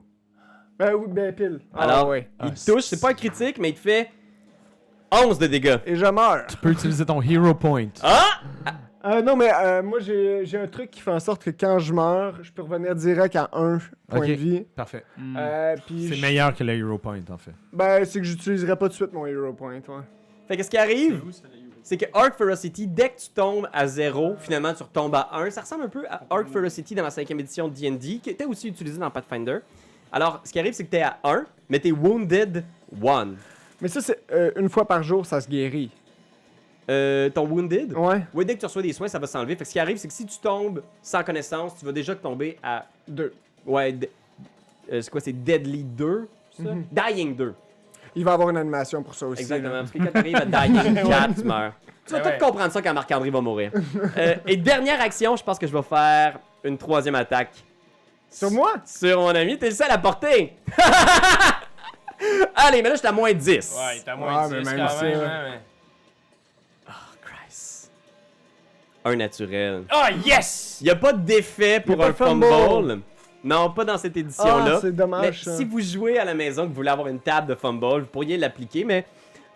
[SPEAKER 4] Ben oui, ben pile.
[SPEAKER 1] Alors,
[SPEAKER 4] Ah ouais.
[SPEAKER 1] Il te touche, c'est pas un critique, mais il te fait 11 de dégâts.
[SPEAKER 4] Et je meurs.
[SPEAKER 5] Tu peux utiliser ton Hero Point.
[SPEAKER 1] Ah!
[SPEAKER 4] Euh, non, mais euh, moi, j'ai j'ai un truc qui fait en sorte que quand je meurs, je peux revenir direct à un point
[SPEAKER 5] Ok.
[SPEAKER 4] de vie.
[SPEAKER 5] Parfait.
[SPEAKER 2] Hmm.
[SPEAKER 4] Euh, puis
[SPEAKER 5] C'est
[SPEAKER 4] je-
[SPEAKER 5] meilleur que le Hero Point, en fait.
[SPEAKER 4] Ben, c'est que j'utiliserai pas tout de suite mon hero point, ouais.
[SPEAKER 1] Fait que ce qui arrive, c'est que Arc Ferocity, dès que tu tombes à 0, finalement tu retombes à 1. Ça ressemble un peu à Arc Ferocity dans la 5 édition de DD, qui était aussi utilisé dans Pathfinder. Alors, ce qui arrive, c'est que t'es à 1, mais t'es Wounded 1.
[SPEAKER 4] Mais ça, c'est euh, une fois par jour, ça se guérit.
[SPEAKER 1] Euh, ton Wounded?
[SPEAKER 4] Ouais,
[SPEAKER 1] Oui, dès que tu reçois des soins, ça va s'enlever. Fait que ce qui arrive, c'est que si tu tombes sans connaissance, tu vas déjà tomber à
[SPEAKER 4] deux.
[SPEAKER 1] Ouais, d- euh, c'est quoi, c'est Deadly 2, ça?
[SPEAKER 4] Mhm.
[SPEAKER 1] Dying 2.
[SPEAKER 4] Il va avoir une animation pour ça aussi.
[SPEAKER 1] Exactement,
[SPEAKER 4] là.
[SPEAKER 1] parce que quand t'arrives à Dying 4, tu meurs. Tu vas
[SPEAKER 4] Ben
[SPEAKER 3] Eh
[SPEAKER 1] tout
[SPEAKER 3] ouais.
[SPEAKER 1] comprendre ça quand Marc-André va mourir. Euh, et dernière action, je pense que je vais faire une troisième attaque.
[SPEAKER 4] Sur moi?
[SPEAKER 1] Sur mon ami, t'es le seul à porter! Allez, mais là, je suis à moins 10.
[SPEAKER 3] Ouais, t'as moins
[SPEAKER 4] Ouais,
[SPEAKER 3] de
[SPEAKER 4] Ah, mais
[SPEAKER 3] 10
[SPEAKER 4] même
[SPEAKER 3] quand
[SPEAKER 4] ça.
[SPEAKER 3] même. hein, mais-
[SPEAKER 1] Christ. Un naturel.
[SPEAKER 3] Ah, yes!
[SPEAKER 1] Il a pas d'effet pour
[SPEAKER 4] Oh! pas
[SPEAKER 1] un
[SPEAKER 4] de fumble.
[SPEAKER 1] fumble. Non, pas dans cette
[SPEAKER 4] Ah,
[SPEAKER 1] édition-là.
[SPEAKER 4] c'est
[SPEAKER 1] Mais
[SPEAKER 4] dommage. ça.
[SPEAKER 1] si vous jouez à la maison, que vous voulez avoir une table de fumble, vous pourriez l'appliquer, mais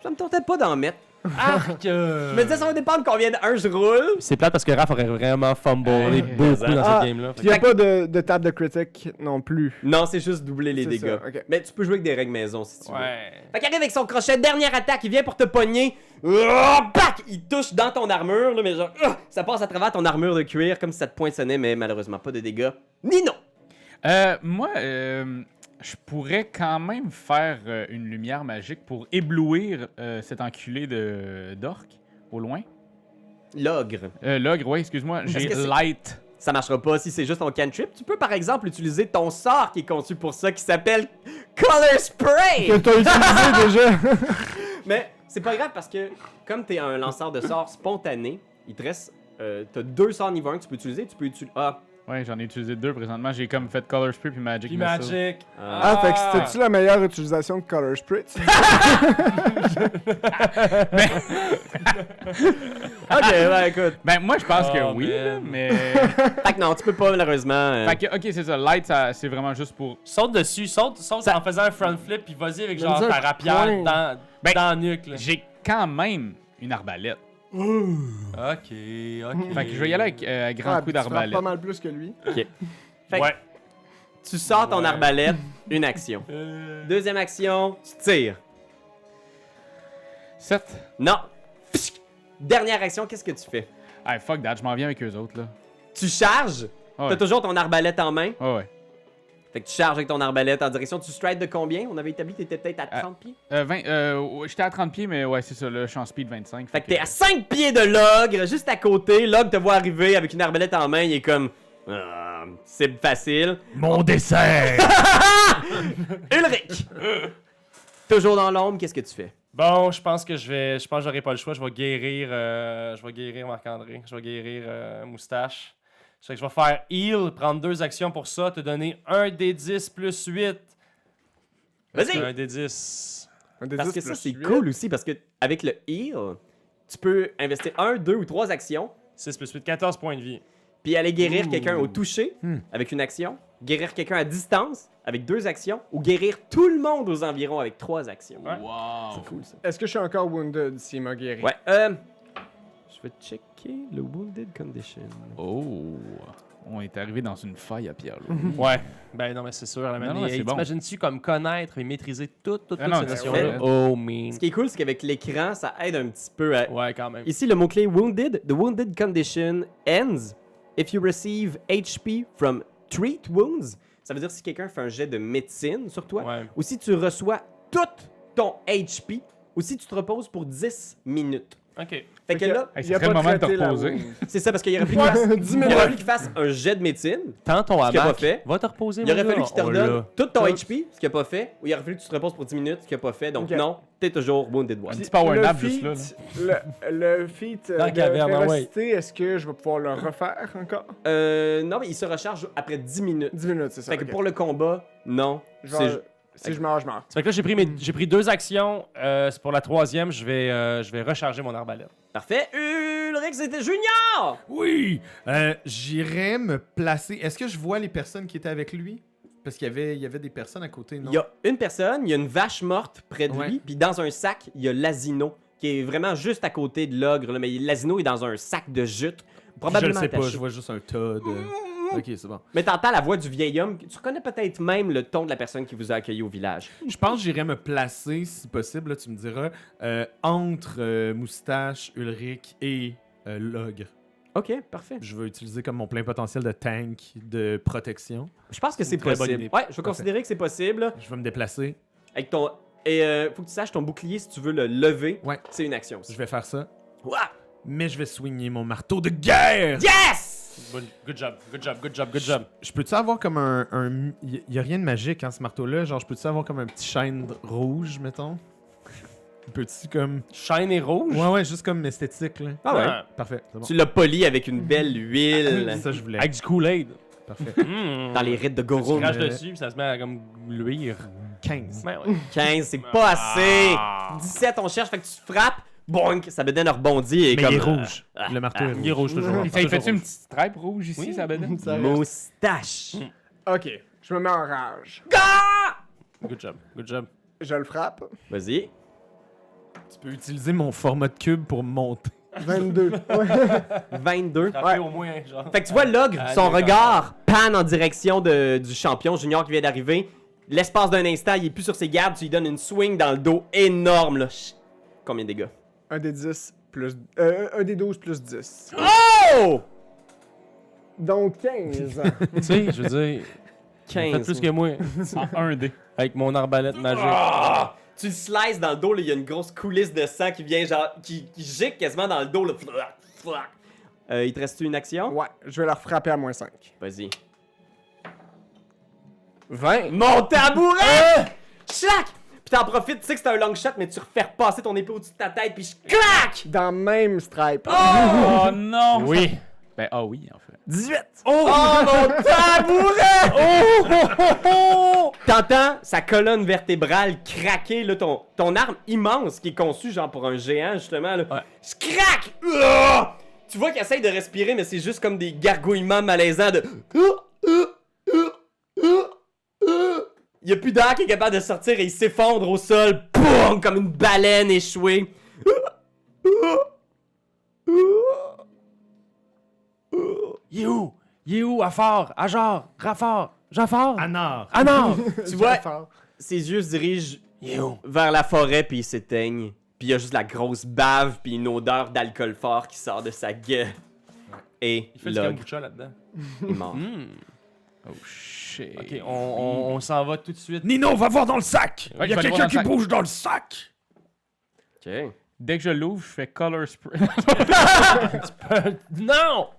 [SPEAKER 1] ça me tentait pas d'en mettre.
[SPEAKER 3] Arc!
[SPEAKER 1] Je me disais, ça va dépendre combien de un je roule.
[SPEAKER 3] C'est plate parce que Raph aurait vraiment fumblé
[SPEAKER 2] Hey,
[SPEAKER 3] beaucoup dans
[SPEAKER 4] Ah,
[SPEAKER 3] ce game-là.
[SPEAKER 4] Puis il n'y a pas de, de table de critique non plus.
[SPEAKER 1] Non, c'est juste doubler les
[SPEAKER 4] C'est
[SPEAKER 1] dégâts.
[SPEAKER 4] ça, ok.
[SPEAKER 1] Mais tu peux jouer avec des règles maison si tu veux.
[SPEAKER 3] Ouais.
[SPEAKER 1] Fait qu'il arrive avec son crochet, dernière attaque, il vient pour te pogner. Oh, pac! Il touche dans ton armure, là, mais genre, ah, ça passe à travers ton armure de cuir comme si ça te poinçonnait, mais malheureusement pas de dégâts. Nino!
[SPEAKER 2] Euh, moi, euh, je pourrais quand même faire euh, une lumière magique pour éblouir euh, cet enculé de d'orc au loin.
[SPEAKER 1] L'ogre.
[SPEAKER 2] Euh, L'ogre, ouais, excuse-moi, j'ai
[SPEAKER 1] que c'est-
[SPEAKER 2] light.
[SPEAKER 1] Ça marchera pas si c'est juste ton cantrip. Tu peux par exemple utiliser ton sort qui est conçu pour ça qui s'appelle Color Spray!
[SPEAKER 4] Que t'as utilisé déjà.
[SPEAKER 1] Mais c'est pas grave parce que comme t'es un lanceur de sorts spontané, il te reste. euh, t'as deux sorts niveau 1 que tu peux utiliser. Tu peux utiliser. Ah,
[SPEAKER 2] Ouais, j'en ai utilisé deux présentement. J'ai comme fait Color Spray puis Magic. Missile.
[SPEAKER 1] ah.
[SPEAKER 4] Ah, fait que c'était-tu la meilleure utilisation de Color Spritz?
[SPEAKER 1] ok, ben écoute.
[SPEAKER 2] Ben, moi, je pense que
[SPEAKER 3] Oh,
[SPEAKER 2] oui,
[SPEAKER 3] man.
[SPEAKER 2] là, mais.
[SPEAKER 1] Fait que non, tu peux pas malheureusement. euh,
[SPEAKER 2] fait que, ok, c'est ça. Light, ça- c'est vraiment juste pour.
[SPEAKER 3] Saute dessus, saute, saute en faisant un front flip, puis vas-y avec
[SPEAKER 4] Mais
[SPEAKER 3] genre
[SPEAKER 4] dis un
[SPEAKER 3] ta rapière
[SPEAKER 4] point.
[SPEAKER 3] dans,
[SPEAKER 2] Ben,
[SPEAKER 3] dans la nuque. là.
[SPEAKER 2] J'ai quand même une arbalète.
[SPEAKER 3] Ok, ok.
[SPEAKER 2] Fait que je vais y aller avec euh, un grand
[SPEAKER 4] Ah,
[SPEAKER 2] coup
[SPEAKER 4] tu frappes
[SPEAKER 2] d'arbalète.
[SPEAKER 4] pas mal plus que lui.
[SPEAKER 1] Fait que
[SPEAKER 3] Ouais.
[SPEAKER 1] tu sors ton
[SPEAKER 3] Ouais.
[SPEAKER 1] arbalète, une action.
[SPEAKER 3] Euh,
[SPEAKER 1] Deuxième action, tu tires.
[SPEAKER 2] 7.
[SPEAKER 1] Non. Pshk. Dernière action, qu'est-ce que tu fais
[SPEAKER 2] Ah, fuck that, je m'en viens avec eux autres, là.
[SPEAKER 1] Tu charges,
[SPEAKER 2] Ah
[SPEAKER 1] t'as
[SPEAKER 2] ouais.
[SPEAKER 1] toujours ton arbalète en main.
[SPEAKER 2] Ah ouais.
[SPEAKER 1] Fait que tu charges avec ton arbalète en direction. Tu strides de combien On avait établi que t'étais peut-être à
[SPEAKER 2] Ah.
[SPEAKER 1] 30 pieds.
[SPEAKER 2] Euh, 20, euh, ouais, J'étais à 30 pieds, mais ouais, c'est ça, là, je suis en speed 25.
[SPEAKER 1] Fait que t'es à 5 pieds de Logre, juste à côté. Logre te voit arriver avec une arbalète en main. Il est comme. Ah, c'est facile.
[SPEAKER 5] Mon dessert!
[SPEAKER 1] Ulrich Toujours dans l'ombre, qu'est-ce que tu fais
[SPEAKER 3] Bon, je pense que je vais. Je pense que j'aurai pas le choix. Je vais guérir. euh, je vais guérir Marc-André. Je vais guérir euh, Moustache. Je sais que je vais faire heal, prendre deux actions pour ça, te donner un des 10 plus 8. Un
[SPEAKER 1] Vas-y
[SPEAKER 3] des 10.
[SPEAKER 4] Un des
[SPEAKER 1] Parce
[SPEAKER 4] 10
[SPEAKER 1] que ça,
[SPEAKER 4] plus
[SPEAKER 1] c'est
[SPEAKER 4] huit.
[SPEAKER 1] cool aussi, parce que avec le heal, tu peux investir un, deux ou trois actions,
[SPEAKER 3] 6 plus 8, 14 points de vie.
[SPEAKER 1] puis aller guérir quelqu'un au toucher avec une action, guérir quelqu'un à distance avec deux actions, ou guérir tout le monde aux environs avec trois actions.
[SPEAKER 3] Ouais.
[SPEAKER 1] C'est cool ça.
[SPEAKER 4] Est-ce que je suis encore wounded s'il m'a guéri?
[SPEAKER 1] Ouais, euh, je vais checker le Wounded Condition.
[SPEAKER 2] Oh. On est arrivé dans une faille à Pierre.
[SPEAKER 3] Ouais. Ben non, mais c'est sûr. La
[SPEAKER 2] Non,
[SPEAKER 3] manière.
[SPEAKER 2] non, c'est bon.
[SPEAKER 3] T'imagines-tu comme connaître et maîtriser toutes toutes
[SPEAKER 2] Ah
[SPEAKER 3] toutes
[SPEAKER 2] non,
[SPEAKER 3] ces
[SPEAKER 2] c'est
[SPEAKER 3] notions-là?
[SPEAKER 1] vrai.
[SPEAKER 3] Oh, man.
[SPEAKER 1] Ce qui est cool, c'est qu'avec l'écran, ça aide un petit peu à
[SPEAKER 3] Ouais, quand même.
[SPEAKER 1] Ici, le mot-clé Wounded. The wounded condition ends if you receive HP from treat wounds. Ça veut dire si quelqu'un fait un jet de médecine sur toi,
[SPEAKER 3] Ouais.
[SPEAKER 1] ou si tu reçois tout ton HP, ou si tu te reposes pour 10 minutes.
[SPEAKER 3] Ok.
[SPEAKER 1] Fait que
[SPEAKER 4] Fait que-
[SPEAKER 1] là,
[SPEAKER 2] Hey,
[SPEAKER 4] Il
[SPEAKER 2] c'est
[SPEAKER 4] a
[SPEAKER 2] très le moment de te
[SPEAKER 4] traité la
[SPEAKER 2] reposer.
[SPEAKER 4] wound.
[SPEAKER 1] c'est ça, parce qu'il aurait fallu qu'il fasse-
[SPEAKER 4] 10
[SPEAKER 1] il
[SPEAKER 4] minutes.
[SPEAKER 1] aurait fallu qu'il fasse un jet de médecine,
[SPEAKER 3] Tends ton
[SPEAKER 1] qu'il a pas
[SPEAKER 3] hamac.
[SPEAKER 1] fait.
[SPEAKER 3] Va te reposer.
[SPEAKER 1] il
[SPEAKER 3] mon
[SPEAKER 1] aurait
[SPEAKER 3] gars. Oh
[SPEAKER 1] fallu que tu te
[SPEAKER 3] On
[SPEAKER 1] redonne
[SPEAKER 3] l'a.
[SPEAKER 1] tout ton
[SPEAKER 4] Tout.
[SPEAKER 1] HP, ce qu'il a pas fait, ou il aurait fallu que tu te reposes pour 10 minutes, ce qu'il a pas fait. Donc
[SPEAKER 4] Ok.
[SPEAKER 1] non, t'es toujours Wounded One.
[SPEAKER 2] Un petit power
[SPEAKER 4] le
[SPEAKER 2] nap
[SPEAKER 4] feat,
[SPEAKER 2] juste là. là.
[SPEAKER 4] Le, le feat euh,
[SPEAKER 3] Dans la
[SPEAKER 4] de
[SPEAKER 3] caverne, ah ouais.
[SPEAKER 4] férocité, est-ce que je vais pouvoir le refaire encore?
[SPEAKER 1] Euh, non, mais il se recharge après 10 minutes.
[SPEAKER 4] 10 minutes, c'est ça.
[SPEAKER 1] Fait que
[SPEAKER 4] ok.
[SPEAKER 1] pour le combat, non.
[SPEAKER 4] Je vais-
[SPEAKER 1] c'est-
[SPEAKER 4] Si je meurs, je meurs.
[SPEAKER 3] Ça fait que là, j'ai pris, mes- j'ai pris deux actions. Euh, c'est pour la troisième, je vais, euh, je vais recharger mon arbalète.
[SPEAKER 1] Parfait. Ulrich, c'était Junior!
[SPEAKER 5] Oui! Euh, J'irais me placer. Est-ce que je vois les personnes qui étaient avec lui? Parce qu'il y avait, il y avait des personnes à côté, non?
[SPEAKER 1] Il y a une personne, il y a une vache morte près de
[SPEAKER 5] Ouais.
[SPEAKER 1] lui, puis dans un sac, il y a l'asino, qui est vraiment juste à côté de l'ogre, là, mais l'asino est dans un sac de jute.
[SPEAKER 5] je le
[SPEAKER 1] Probablement
[SPEAKER 5] sais pas,
[SPEAKER 1] attaché.
[SPEAKER 5] je vois juste un tas de... Ok, c'est bon.
[SPEAKER 1] Mais t'entends la voix du vieil homme. Tu reconnais peut-être même le ton de la personne qui vous a accueilli au village.
[SPEAKER 5] Je pense que j'irais me placer, si possible, là, tu me diras, euh, entre euh, Moustache, Ulrich et euh, Logre.
[SPEAKER 1] Ok, parfait.
[SPEAKER 5] Je veux utiliser comme mon plein potentiel de tank, de protection.
[SPEAKER 1] Je pense que c'est
[SPEAKER 3] très bonne
[SPEAKER 1] possible.
[SPEAKER 3] idée.
[SPEAKER 1] Ouais, je vais considérer que c'est possible.
[SPEAKER 5] Je vais me déplacer.
[SPEAKER 1] Avec ton. Et euh, faut que tu saches ton bouclier, si tu veux le lever,
[SPEAKER 5] Ouais.
[SPEAKER 1] c'est une action.
[SPEAKER 5] Je
[SPEAKER 1] aussi. Ah!
[SPEAKER 5] vais faire ça.
[SPEAKER 1] Ouah!
[SPEAKER 5] Mais je vais soigner mon marteau de guerre!
[SPEAKER 1] Yes!
[SPEAKER 3] Bon- Good job, good job, good job, good job.
[SPEAKER 5] Je peux-tu avoir comme un. un... Y y a rien de magique, hein, ce marteau-là? Genre, je peux-tu avoir comme un petit chaîne rouge, mettons? Peux-tu comme.
[SPEAKER 3] Shine et rouge.
[SPEAKER 5] Ouais, ouais, juste comme esthétique, là.
[SPEAKER 1] Ah ouais.
[SPEAKER 3] Ah,
[SPEAKER 5] Parfait, c'est bon.
[SPEAKER 1] Tu l'as poli avec une belle huile
[SPEAKER 5] Ah, Ça, je voulais.
[SPEAKER 3] Avec du Kool-Aid.
[SPEAKER 5] Parfait.
[SPEAKER 3] Mm.
[SPEAKER 1] dans les rites de
[SPEAKER 3] Tu
[SPEAKER 1] Goron.
[SPEAKER 3] craches
[SPEAKER 5] mais-
[SPEAKER 3] dessus, puis ça se met à comme luire.
[SPEAKER 5] 15.
[SPEAKER 3] Ben ouais.
[SPEAKER 1] 15, c'est pas
[SPEAKER 5] Ah.
[SPEAKER 1] assez. 17, on cherche, fait que tu frappes, bonk, ça bedaine a rebondi et
[SPEAKER 5] Mais
[SPEAKER 1] comme
[SPEAKER 5] il est rouge.
[SPEAKER 2] euh,
[SPEAKER 5] le marteau est rouge. Mm-hmm.
[SPEAKER 3] Il est rouge toujours.
[SPEAKER 2] Il fait- il fait-tu une petite stripe rouge ici, ça bedaine?
[SPEAKER 4] Ça reste.
[SPEAKER 1] euh, moustache.
[SPEAKER 5] Mm.
[SPEAKER 4] Ok, je me mets en rage.
[SPEAKER 3] Good job, good job.
[SPEAKER 4] Je le frappe.
[SPEAKER 1] Vas-y.
[SPEAKER 5] Tu peux utiliser mon format de cube pour monter.
[SPEAKER 4] 22. Ouais.
[SPEAKER 1] 22.
[SPEAKER 3] Frappez au moins, genre.
[SPEAKER 1] Fait que tu vois l'ogre,
[SPEAKER 3] Ah,
[SPEAKER 1] son
[SPEAKER 3] d'accord.
[SPEAKER 1] regard panne en direction de- du champion junior qui vient d'arriver. L'espace d'un instant, il est plus sur ses gardes, tu lui donnes une swing dans le dos énorme là. Chut. Combien de dégâts
[SPEAKER 4] Un des 10 plus. Euh, un des 12 plus 10.
[SPEAKER 1] Oh
[SPEAKER 4] Donc 15.
[SPEAKER 3] tu sais, je veux dire, faites
[SPEAKER 1] 15.
[SPEAKER 3] plus que moi
[SPEAKER 2] En 1D.
[SPEAKER 3] avec mon arbalète magique.
[SPEAKER 1] Ah! Tu le slices dans le dos, là, il y a une grosse coulisse de sang qui vient genre qui, qui gicle quasiment dans le dos là. Flac, flac. Euh, il te reste une action
[SPEAKER 4] ouais, je vais leur frapper à moins 5.
[SPEAKER 1] Vas-y.
[SPEAKER 4] 20.
[SPEAKER 1] Mon
[SPEAKER 2] Ah!
[SPEAKER 1] tabouret! Clac! Puis t'en profites, tu sais que c'est un long shot, mais tu refais repasser ton épée au-dessus de ta tête, puis je clac!
[SPEAKER 4] Dans même stripe.
[SPEAKER 2] Oh non!
[SPEAKER 3] Oui.
[SPEAKER 2] Ben ah oui, en fait.
[SPEAKER 4] 18.
[SPEAKER 1] Oh, mon tabouret! Oh, oh, oh, oh! T'entends sa colonne vertébrale craquer, là, ton, ton arme immense qui est conçue genre pour un géant, justement. Là.
[SPEAKER 3] Ouais.
[SPEAKER 1] Je craque! Ah! Tu vois qu'il essaye de respirer, mais c'est juste comme des gargouillements malaisants de. Il n'y a plus d'air qui est capable de sortir et il s'effondre au sol, boum, comme une baleine échouée.
[SPEAKER 3] Il est où? Il est où? À fort, à genre, Raffort, Jaffort,
[SPEAKER 5] Anor!
[SPEAKER 3] Ah non!
[SPEAKER 1] Tu vois,
[SPEAKER 4] fort.
[SPEAKER 1] ses yeux se dirigent
[SPEAKER 3] Il est où?
[SPEAKER 1] vers la forêt, puis il s'éteigne. Puis il y a juste la grosse bave, puis une odeur d'alcool fort qui sort de sa gueule. Et
[SPEAKER 3] Il fait du Mm.
[SPEAKER 1] l'ogre
[SPEAKER 3] kombucha là-dedans.
[SPEAKER 1] est mort.
[SPEAKER 2] Oh shit.
[SPEAKER 3] Ok, on, on- on s'en va tout de suite.
[SPEAKER 5] Nino, va voir dans le sac!
[SPEAKER 2] Ouais,
[SPEAKER 5] Il y
[SPEAKER 2] je vais aller
[SPEAKER 5] a
[SPEAKER 2] voir
[SPEAKER 5] quelqu'un
[SPEAKER 2] dans le
[SPEAKER 5] qui
[SPEAKER 2] sac.
[SPEAKER 5] bouge dans le sac!
[SPEAKER 1] Ok.
[SPEAKER 2] Dès que je l'ouvre, je fais color spray.
[SPEAKER 3] Non!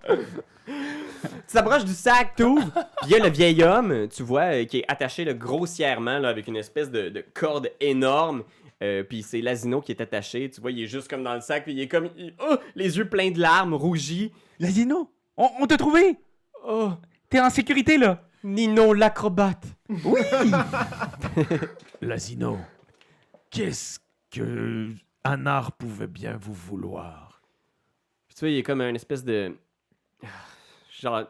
[SPEAKER 1] Tu t'approches du sac, t'ouvres, puis il y a le vieil homme, tu vois, euh, qui est attaché là, grossièrement là, avec une espèce de, de corde énorme. Euh, puis c'est Lazino qui est attaché, tu vois, il est juste comme dans le sac, puis il est comme. il- oh, les yeux pleins de larmes, rougis.
[SPEAKER 2] Lazino, on, on t'a trouvé!
[SPEAKER 1] Oh,
[SPEAKER 2] T'es en sécurité là!
[SPEAKER 1] Nino l'acrobate.
[SPEAKER 5] Lazino, qu'est-ce que Anar pouvait bien vous vouloir?
[SPEAKER 1] Puis tu vois, il est comme un espèce de. Genre. Tu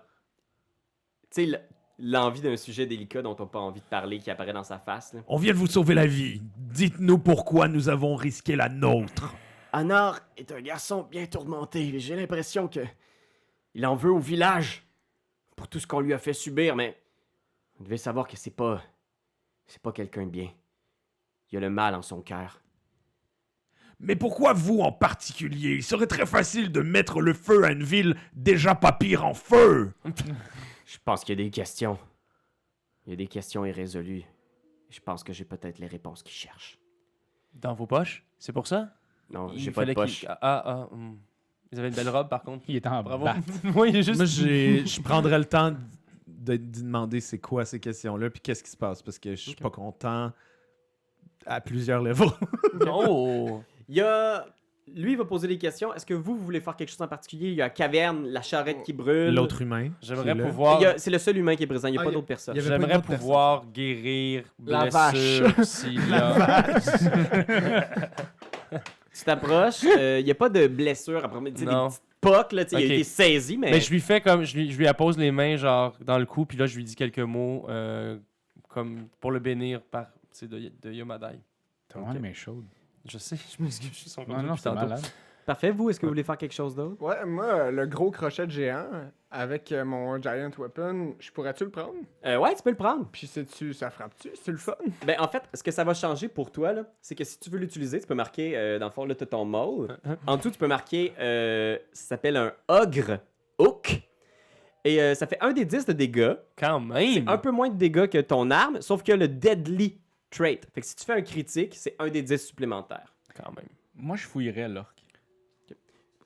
[SPEAKER 1] sais, l- l'envie d'un sujet délicat dont on n'a pas envie de parler qui apparaît dans sa face. Là.
[SPEAKER 5] On vient de vous sauver la vie. Dites-nous pourquoi nous avons risqué la nôtre.
[SPEAKER 1] Anar est un garçon bien tourmenté. J'ai l'impression que il en veut au village pour tout ce qu'on lui a fait subir, mais vous devez savoir que c'est pas c'est pas quelqu'un de bien. Il a le mal en son cœur.
[SPEAKER 5] Mais pourquoi vous en particulier? Il serait très facile de mettre le feu à une ville déjà pas pire en feu!
[SPEAKER 1] Je pense qu'il y a des questions. Il y a des questions irrésolues. Je pense que j'ai peut-être les réponses qu'il cherche.
[SPEAKER 3] Dans vos poches? C'est pour ça?
[SPEAKER 1] Non,
[SPEAKER 3] Il
[SPEAKER 1] j'ai pas de
[SPEAKER 3] fallait
[SPEAKER 1] poche.
[SPEAKER 3] qu'il- Ah, ah, hum. Vous avez une belle robe, par contre.
[SPEAKER 2] Il est en
[SPEAKER 3] Bravo.
[SPEAKER 2] bas.
[SPEAKER 3] Moi, il est juste...
[SPEAKER 6] Moi, j'ai- je prendrais le temps de, d'y demander c'est quoi ces questions-là, puis qu'est-ce qui se passe, parce que je suis pas content à plusieurs niveaux.
[SPEAKER 3] Oh!
[SPEAKER 1] Il y a lui va poser des questions. Est-ce que vous, vous voulez faire quelque chose en particulier Il y a la caverne, la charrette qui brûle.
[SPEAKER 6] L'autre humain.
[SPEAKER 3] J'aimerais
[SPEAKER 6] qui est là.
[SPEAKER 3] pouvoir...
[SPEAKER 1] Il y a- C'est le seul humain qui est présent. Il n'y a
[SPEAKER 6] Ah,
[SPEAKER 1] pas
[SPEAKER 6] il y a-
[SPEAKER 1] d'autres personnes.
[SPEAKER 6] il y avait pas une
[SPEAKER 3] J'aimerais
[SPEAKER 6] autre
[SPEAKER 3] pouvoir guérir
[SPEAKER 1] La
[SPEAKER 3] blessures s'il y a...
[SPEAKER 1] Tu t'approches, euh, il n'y a pas de blessure à première tu sais, des
[SPEAKER 3] Non.
[SPEAKER 1] petites pocs, là, tu sais, il
[SPEAKER 3] Ok.
[SPEAKER 1] a été saisi, mais,
[SPEAKER 3] Mais je lui fais comme... Je lui, je lui appose les mains, genre, dans le cou, puis là, je lui dis quelques mots euh, comme pour le bénir par... C'est de, de Yomadai.
[SPEAKER 2] T'as vraiment les mains chaudes.
[SPEAKER 3] Je sais, je m'excuse, je suis son
[SPEAKER 2] Non, non, c'est malade.
[SPEAKER 1] parfait. Vous, est-ce que vous voulez faire quelque chose d'autre?
[SPEAKER 4] Ouais, moi, le gros crochet de géant, avec euh, mon Giant Weapon, je pourrais-tu le prendre?
[SPEAKER 1] Euh, ouais, tu peux le prendre.
[SPEAKER 4] Puis sais-tu, ça frappe-tu? C'est le fun?
[SPEAKER 1] Ben, en fait, ce que ça va changer pour toi, là, c'est que si tu veux l'utiliser, tu peux marquer, euh, dans le fond, là, t'as ton maul. En dessous, tu peux marquer, euh, ça s'appelle un ogre, hook. Et euh, ça fait un des 10 de dégâts,
[SPEAKER 3] Quand même!
[SPEAKER 1] un peu moins de dégâts que ton arme, sauf que le deadly trait. Fait que si tu fais un critique, c'est un des 10 supplémentaires.
[SPEAKER 3] Quand même.
[SPEAKER 2] Moi, je fouillerais l'orque.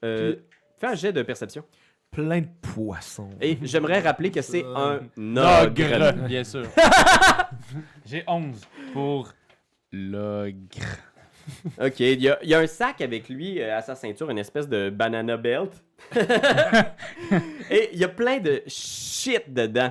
[SPEAKER 1] Euh, Fais un jet de perception.
[SPEAKER 6] Plein de poissons.
[SPEAKER 1] Et j'aimerais rappeler que c'est un ogre.
[SPEAKER 3] Ogre, bien sûr.
[SPEAKER 2] J'ai 11 pour l'ogre.
[SPEAKER 1] Ok, il y, a- il y a un sac avec lui euh, à sa ceinture, une espèce de banana belt. Et il y a plein de shit dedans.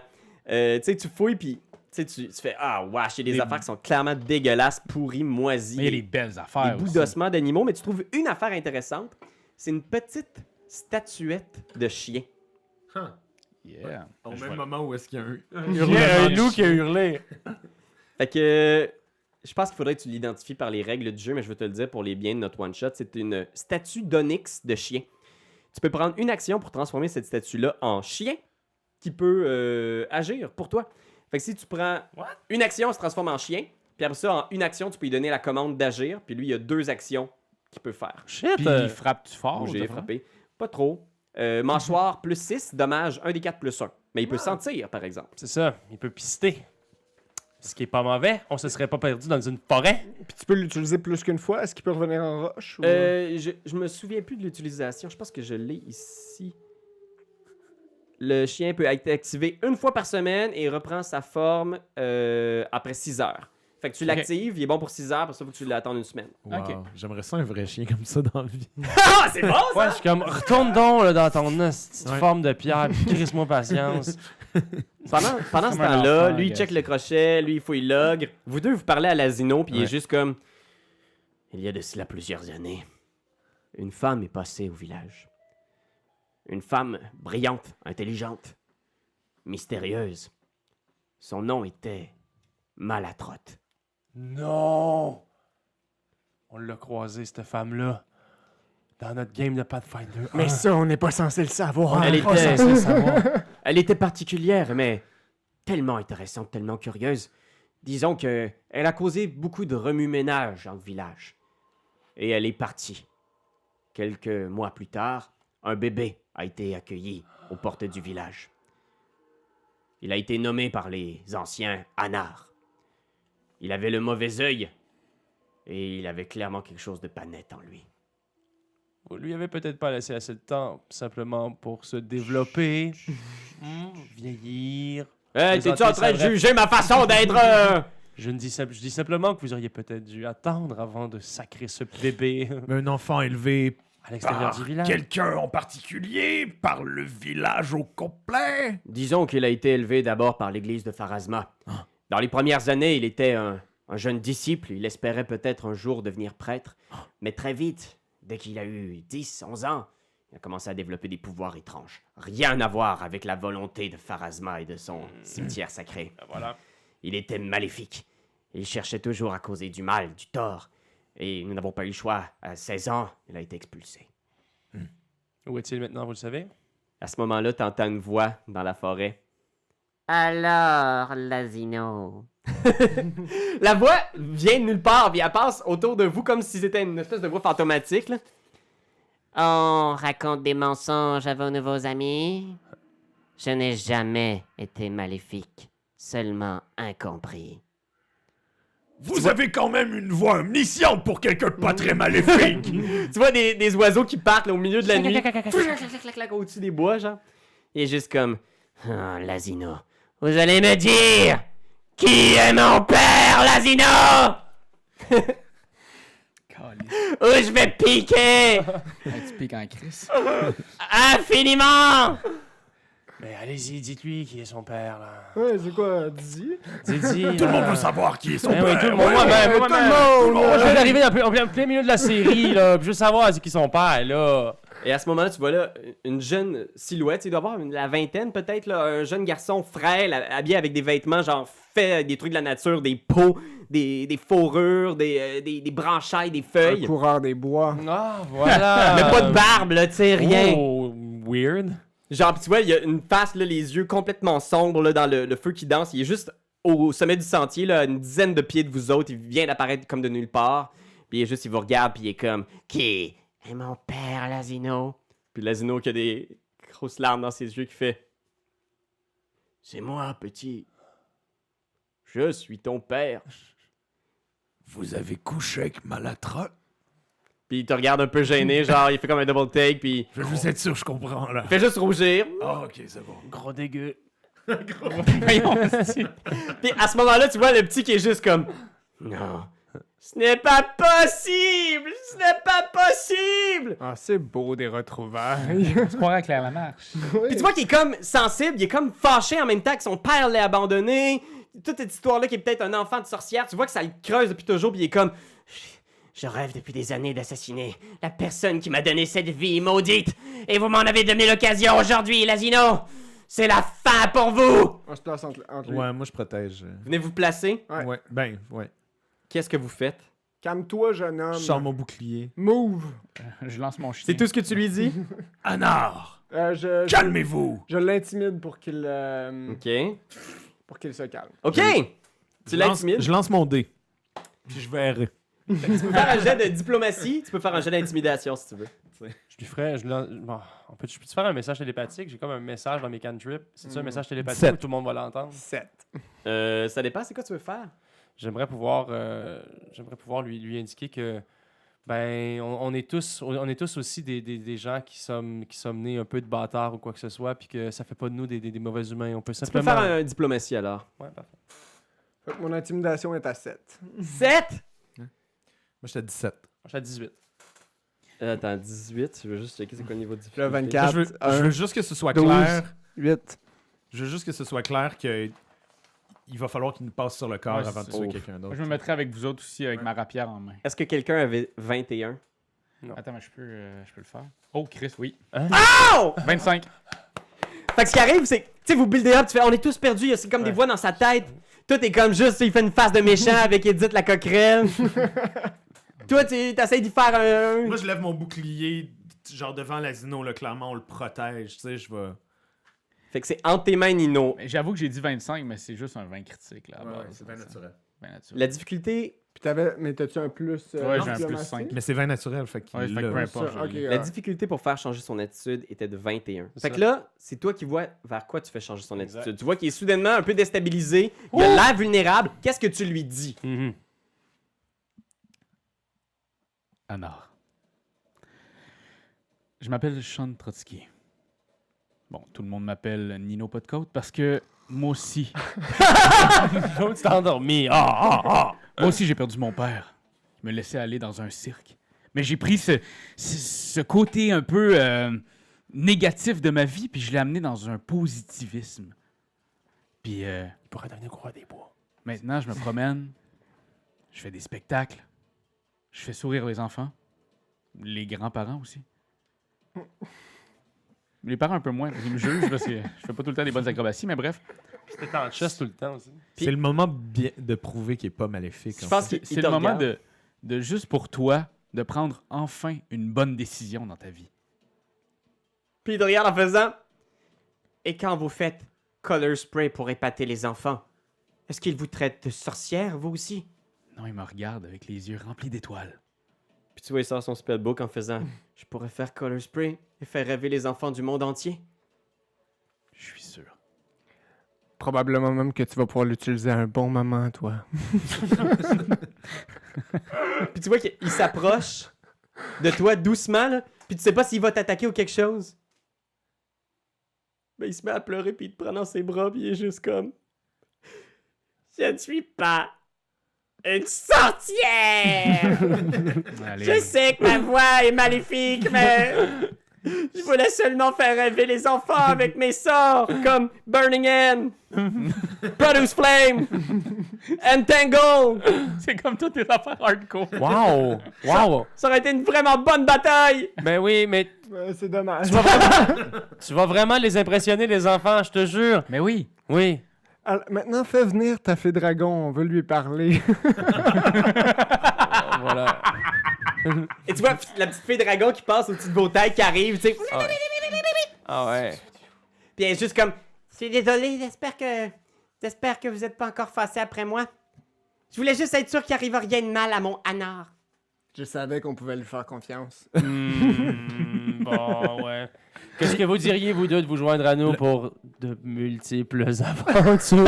[SPEAKER 1] Euh, tu sais, tu fouilles, puis tu, sais, tu tu fais Ah, wesh, il y a des
[SPEAKER 2] Des-
[SPEAKER 1] affaires qui sont clairement dégueulasses, pourries, moisies.
[SPEAKER 2] Mais il y a
[SPEAKER 1] des-
[SPEAKER 2] des belles
[SPEAKER 1] des
[SPEAKER 2] affaires.
[SPEAKER 1] bouts
[SPEAKER 2] aussi.
[SPEAKER 1] d'ossements d'animaux, mais tu trouves une affaire intéressante. C'est une petite statuette de chien.
[SPEAKER 2] Yeah.
[SPEAKER 5] Au
[SPEAKER 2] Je
[SPEAKER 5] même
[SPEAKER 2] vois-
[SPEAKER 5] moment où est-ce qu'il y a un
[SPEAKER 3] Il y a un loup qui a hurlé.
[SPEAKER 1] Fait que je pense qu'il faudrait que tu l'identifies par les règles du jeu, mais je veux te le dire pour les biens de notre one shot, c'est une statue d'onyx de chien. Tu peux prendre une action pour transformer cette statue-là en chien qui peut euh, agir pour toi. Fait que si tu prends une action, elle se transforme en chien, puis après ça, en une action, tu peux lui donner la commande d'agir, puis lui, il y a deux actions qu'il peut faire.
[SPEAKER 3] Shit!
[SPEAKER 2] Puis
[SPEAKER 3] euh,
[SPEAKER 2] il frappe-tu fort?
[SPEAKER 1] Bouger,
[SPEAKER 2] Oh, de vrai?
[SPEAKER 1] frapper. Pas trop. Euh, mâchoire plus 6, dommage 1 des 4 plus 1. Mais il peut
[SPEAKER 2] Ah.
[SPEAKER 1] sentir, par exemple.
[SPEAKER 3] C'est ça, il peut pister. Ce qui est pas mauvais, on se serait pas perdu dans une forêt.
[SPEAKER 4] Puis tu peux l'utiliser plus qu'une fois. Est-ce qu'il peut revenir en roche? ou-
[SPEAKER 1] Euh, je, je me souviens plus de l'utilisation. Je pense que je l'ai ici. Le chien peut être activé une fois par semaine et reprend sa forme euh, après 6 heures. Fait que tu l'actives, il est bon pour 6 heures, pour ça, faut que tu l'attends une semaine.
[SPEAKER 6] Wow.
[SPEAKER 2] Ok.
[SPEAKER 6] J'aimerais ça un vrai chien comme ça dans la vie.
[SPEAKER 1] Ah, c'est bon!
[SPEAKER 3] Ouais, je suis comme, retourne donc là, dans ton petite
[SPEAKER 6] Ouais.
[SPEAKER 3] forme de pierre, puis crisse-moi patience.
[SPEAKER 1] Pendant, pendant ce
[SPEAKER 2] Comme un
[SPEAKER 1] temps-là,
[SPEAKER 2] enfant,
[SPEAKER 1] lui, il
[SPEAKER 2] guys.
[SPEAKER 1] check le crochet, lui, il fouille l'ogre. Vous deux, vous parlez à l'asino, puis il est
[SPEAKER 3] Ouais.
[SPEAKER 1] juste comme. Il y a de cela plusieurs années, une femme est passée au village. Une femme brillante, intelligente, mystérieuse. Son nom était Malatrotte.
[SPEAKER 3] non! On l'a croisé, cette femme-là, dans notre game de Pathfinder.
[SPEAKER 4] Mais ça, on n'est pas censé le savoir.
[SPEAKER 1] Elle
[SPEAKER 3] Ah,
[SPEAKER 1] était,
[SPEAKER 3] ça, savoir.
[SPEAKER 1] elle était particulière, mais tellement intéressante, tellement curieuse. Disons que elle a causé beaucoup de remue-ménage dans le village. Et elle est partie. Quelques mois plus tard, un bébé a été accueilli aux portes du village. Il a été nommé par les anciens Anar. Il avait le mauvais œil et il avait clairement quelque chose de pas net en lui.
[SPEAKER 3] Vous lui avez peut-être pas laissé assez de temps, simplement pour se développer, hmm, vieillir.
[SPEAKER 1] Hey,
[SPEAKER 3] Présenter
[SPEAKER 1] Eh, t'es-tu en train de
[SPEAKER 3] sa vraie-
[SPEAKER 1] juger ma façon d'être. euh,
[SPEAKER 3] Je, ne dis simp- je dis simplement que vous auriez peut-être dû attendre avant de sacrer ce bébé
[SPEAKER 6] Mais un enfant élevé
[SPEAKER 3] à l'extérieur
[SPEAKER 5] Ah,
[SPEAKER 3] du village.
[SPEAKER 5] quelqu'un en particulier, par le village au complet.
[SPEAKER 1] Disons qu'il a été élevé d'abord par l'église de Pharasma. Dans les premières années, il était un, un jeune disciple. Il espérait peut-être un jour devenir prêtre. Mais très vite, dès qu'il a eu 10, 11 ans, il a commencé à développer des pouvoirs étranges. Rien à voir avec la volonté de Pharasma et de son cimetière sacré.
[SPEAKER 3] Voilà.
[SPEAKER 1] Il était maléfique. Il cherchait toujours à causer du mal, du tort. Et nous n'avons pas eu le choix. À 16 ans, il a été expulsé.
[SPEAKER 3] Où est-il maintenant, vous le savez?
[SPEAKER 1] À ce moment-là, t'entends une voix dans la forêt.
[SPEAKER 7] Alors, Lazino.
[SPEAKER 1] La voix vient de nulle part, puis elle passe autour de vous comme si c'était une espèce de voix fantomatique. là.
[SPEAKER 7] On raconte des mensonges à vos nouveaux amis Je n'ai jamais été maléfique, seulement incompris.
[SPEAKER 5] Vous avez quand même une voix omnisciente pour quelqu'un de pas très maléfique.
[SPEAKER 1] Tu vois des, des oiseaux qui partent là, au milieu de la nuit, au-dessus des bois, genre. Et juste comme.
[SPEAKER 7] Oh, Lazino, vous allez me dire Qui est mon père, Lazino Ou je vais piquer
[SPEAKER 2] Tu piques en crise.
[SPEAKER 7] infiniment
[SPEAKER 3] Mais allez-y, dites-lui qui est son père, là.
[SPEAKER 4] euh, Ouais, c'est quoi, Dizzy?
[SPEAKER 3] Dites-y.
[SPEAKER 5] Tout le monde veut savoir qui est son
[SPEAKER 3] Eh oui,
[SPEAKER 5] père.
[SPEAKER 3] tout le monde,
[SPEAKER 5] Ouais,
[SPEAKER 3] moi-même,
[SPEAKER 5] ouais,
[SPEAKER 3] moi-même.
[SPEAKER 5] tout le monde.
[SPEAKER 3] Moi, je viens d'arriver en plein- en plein, en plein milieu de la série, là. puis Je veux savoir c'est qui son père, là.
[SPEAKER 1] Et à ce moment-là, tu vois là une jeune silhouette. Il doit avoir une- la vingtaine peut-être, là, un jeune garçon frêle, habillé avec des vêtements genre faits avec des trucs de la nature, des peaux, des, des fourrures, des, euh, des, des branchailles, des
[SPEAKER 4] Le
[SPEAKER 1] feuilles.
[SPEAKER 4] coureur des bois.
[SPEAKER 3] Ah, voilà.
[SPEAKER 1] Mais pas de barbe, là, tu sais, rien.
[SPEAKER 3] Oh, weird.
[SPEAKER 1] Genre, pis tu vois, il y a une face, là, les yeux complètement sombres là, dans le, le feu qui danse. Il est juste au sommet du sentier, là, à une dizaine de pieds de vous autres. Il vient d'apparaître comme de nulle part. Puis il est juste, il vous regarde, puis il est comme Qui est mon père, Lazino Puis Lazino qui a des grosses larmes dans ses yeux qui fait C'est moi, petit. Je suis ton père.
[SPEAKER 5] Vous avez couché avec Malatra.
[SPEAKER 1] Puis il te regarde un peu gêné, genre, il fait comme un double take, puis
[SPEAKER 5] Je veux juste être sûr, je comprends là.
[SPEAKER 1] il fait juste rougir.
[SPEAKER 5] Ah, ok, c'est bon.
[SPEAKER 3] Gros dégueu.
[SPEAKER 1] Puis à ce moment-là, tu vois le petit qui est juste comme Non. Ce n'est pas possible! Ce n'est pas possible!
[SPEAKER 4] Ah, c'est beau des retrouvailles.
[SPEAKER 2] Tu pourrais éclairer la marche.
[SPEAKER 1] Puis tu vois qu'il est comme sensible, il est comme fâché en même temps que son père l'a abandonné. Toute cette histoire-là qui est peut-être un enfant de sorcière, tu vois que ça le creuse depuis toujours, puis il est comme
[SPEAKER 7] Je rêve depuis des années d'assassiner la personne qui m'a donné cette vie maudite Et vous m'en avez donné l'occasion aujourd'hui, Lazino C'est la fin pour vous
[SPEAKER 4] On se place entre, entre lui.
[SPEAKER 6] Ouais, moi je protège. euh,
[SPEAKER 1] Venez vous placer,
[SPEAKER 4] Ouais.
[SPEAKER 6] Ouais. Ben, ouais.
[SPEAKER 1] qu'est-ce que vous faites?
[SPEAKER 4] Calme-toi, jeune homme.
[SPEAKER 3] Ah,
[SPEAKER 6] Je sors mon bouclier.
[SPEAKER 4] Move.
[SPEAKER 2] Je lance mon chien.
[SPEAKER 1] C'est tout ce que tu lui dis?
[SPEAKER 5] Anar,
[SPEAKER 4] Euh, je je,
[SPEAKER 5] calmez-vous.
[SPEAKER 4] je l'intimide pour qu'il euh,
[SPEAKER 1] Ok.
[SPEAKER 4] pour qu'il se calme.
[SPEAKER 1] Ok! Tu
[SPEAKER 6] Je lance-
[SPEAKER 1] l'intimides?
[SPEAKER 6] Je lance mon dé. Puis je verrai.
[SPEAKER 1] Tu peux faire un jet de diplomatie, tu peux faire un jet d'intimidation si tu veux.
[SPEAKER 3] Je lui ferais. Je lui lan- bon, on peut, je peux-tu faire un message télépathique? J'ai comme un message dans mes cantrips. C'est-tu un message télépathique
[SPEAKER 6] Sept.
[SPEAKER 3] où tout le monde va l'entendre?
[SPEAKER 4] 7.
[SPEAKER 1] Euh, ça dépend, c'est quoi tu veux faire?
[SPEAKER 3] J'aimerais pouvoir, euh, j'aimerais pouvoir lui, lui indiquer que ben on, on est tous on est tous aussi des, des, des gens qui sommes qui sommes nés un peu de bâtards ou quoi que ce soit puis que ça fait pas de nous des, des, des mauvais humains on peut
[SPEAKER 1] Tu peux
[SPEAKER 3] simplement
[SPEAKER 1] faire un diplomatie alors.
[SPEAKER 3] Ouais, parfait.
[SPEAKER 4] Mon intimidation est à 7.
[SPEAKER 1] 7!
[SPEAKER 6] Moi j'étais à 17.
[SPEAKER 3] Je suis à 18
[SPEAKER 1] Euh, Attends, 18, je veux juste checker c'est quoi le niveau de
[SPEAKER 4] Le
[SPEAKER 1] difficulté.
[SPEAKER 4] 24,
[SPEAKER 6] je, veux, je veux juste que ce soit
[SPEAKER 4] 12.
[SPEAKER 6] clair.
[SPEAKER 4] 8.
[SPEAKER 6] Je veux juste que ce soit clair que il va falloir qu'il nous passe sur le corps
[SPEAKER 2] Ouais,
[SPEAKER 6] avant de
[SPEAKER 2] c'est-
[SPEAKER 6] tuer
[SPEAKER 1] Ouf.
[SPEAKER 6] quelqu'un
[SPEAKER 2] Moi,
[SPEAKER 6] d'autre.
[SPEAKER 2] Je me mettrai avec vous autres aussi, avec ma rapière en main.
[SPEAKER 1] Est-ce que quelqu'un avait 21?
[SPEAKER 2] Attends, mais je peux, euh, je peux le faire. Oh, Chris, oui.
[SPEAKER 5] Hein?
[SPEAKER 1] Oh!
[SPEAKER 2] 25.
[SPEAKER 1] Fait que ce qui arrive, c'est que, tu sais, vous buildez up, tu fais, on est tous perdus, il y a- c'est comme des voix dans sa tête. Tout est comme juste, il fait une face de méchant avec Edith la coquerelle. Toi, tu t'essayes d'y faire un.
[SPEAKER 5] Moi, je lève mon bouclier, genre devant l'asino, là, clairement, on le protège, tu sais, je vais...
[SPEAKER 1] Fait que c'est entre tes mains, Nino.
[SPEAKER 2] Mais J'avoue que j'ai dit 25, mais Ah, c'est juste un 20 critique là. à base,
[SPEAKER 5] c'est bien
[SPEAKER 2] ça.
[SPEAKER 5] naturel.
[SPEAKER 2] Bien naturel.
[SPEAKER 1] La difficulté
[SPEAKER 4] Puis t'avais. Mais t'as-tu un plus. euh,
[SPEAKER 2] Ouais, j'ai un plus
[SPEAKER 4] diplomatie?
[SPEAKER 2] cinq.
[SPEAKER 6] Mais c'est 20 naturel, fait qu'il
[SPEAKER 2] Ouais, fait que peu
[SPEAKER 6] l'a.
[SPEAKER 4] Ça,
[SPEAKER 2] importe. je
[SPEAKER 4] ok,
[SPEAKER 2] l'ai.
[SPEAKER 1] La
[SPEAKER 4] ouais.
[SPEAKER 1] difficulté pour faire changer son attitude était de 21.
[SPEAKER 3] C'est
[SPEAKER 1] Fait
[SPEAKER 3] ça.
[SPEAKER 1] que là, c'est toi qui vois vers quoi tu fais changer son
[SPEAKER 3] Exact.
[SPEAKER 1] attitude. Tu vois qu'il est soudainement un peu déstabilisé, il a l'air vulnérable. Qu'est-ce que tu lui dis?
[SPEAKER 3] Mhm.
[SPEAKER 2] Anard. Je m'appelle Sean Trotsky. Bon, tout le monde m'appelle Nino Podcote parce que moi aussi,
[SPEAKER 3] L'autre s'est endormi. Ah, ah, ah.
[SPEAKER 2] moi aussi j'ai perdu mon père. Il me laissait aller dans un cirque. Mais j'ai pris ce, ce, ce côté un peu euh, négatif de ma vie, puis je l'ai amené dans un positivisme. Puis euh,
[SPEAKER 3] Il pourrait devenir roi des bois.
[SPEAKER 2] Maintenant, je me promène, je fais des spectacles, je fais sourire les enfants, les grands-parents aussi. Les parents un peu moins, ils me jugent parce que je fais pas tout le temps des bonnes acrobaties, mais bref,
[SPEAKER 3] C'était en chasse tout le temps aussi.
[SPEAKER 6] C'est le moment bien de prouver qu'il est pas maléfique.
[SPEAKER 1] Je
[SPEAKER 6] en
[SPEAKER 1] pense
[SPEAKER 6] fait.
[SPEAKER 1] qu'il il
[SPEAKER 2] c'est
[SPEAKER 1] te
[SPEAKER 2] le moment
[SPEAKER 1] regarde.
[SPEAKER 2] de, de juste pour toi de prendre enfin une bonne décision dans ta vie.
[SPEAKER 1] Puis il te regarde en faisant. Et quand vous faites color spray pour épater les enfants, est-ce qu'ils vous traitent de sorcière, vous aussi?
[SPEAKER 2] Non, il me regarde avec les yeux remplis d'étoiles.
[SPEAKER 1] Puis tu vois, il sort son spellbook en faisant Je pourrais faire color spray et faire rêver les enfants du monde entier.
[SPEAKER 2] Je suis sûr.
[SPEAKER 4] Probablement même que tu vas pouvoir l'utiliser à un bon moment, toi.
[SPEAKER 1] Puis tu vois qu'il s'approche de toi doucement, là. Puis tu sais pas s'il va t'attaquer ou quelque chose. Mais il se met à pleurer, puis il te prend dans ses bras, puis il est juste comme. Je ne suis pas une sorcière!
[SPEAKER 2] Allez,
[SPEAKER 7] Je sais que ma voix est maléfique, mais
[SPEAKER 1] Je voulais seulement faire rêver les enfants avec mes sorts, comme Burning Hand, Produce Flame, Entangle.
[SPEAKER 2] c'est comme toutes tes affaires hardcore.
[SPEAKER 3] Wow! Wow!
[SPEAKER 1] Ça aurait été une vraiment bonne bataille.
[SPEAKER 3] ben oui, mais
[SPEAKER 4] Ouais, c'est dommage.
[SPEAKER 3] tu vas vraiment les impressionner, les enfants, je te jure.
[SPEAKER 2] Mais oui,
[SPEAKER 3] Oui.
[SPEAKER 4] Alors, maintenant, fais venir ta fée dragon, on veut lui parler.
[SPEAKER 3] voilà.
[SPEAKER 1] Et tu vois la petite fille dragon qui passe au petit beau taille qui arrive, tu sais.
[SPEAKER 3] Ah ouais.
[SPEAKER 1] Puis elle est juste comme.
[SPEAKER 7] je suis désolé, j'espère que. J'espère que vous n'êtes pas encore fâché après moi. Je voulais juste être sûr qu'il arrive rien de mal à mon anard.
[SPEAKER 4] Je savais qu'on pouvait lui faire confiance.
[SPEAKER 3] Hmm, bon, ouais. Qu'est-ce que vous diriez, vous deux, de vous joindre à nous pour de multiples aventures?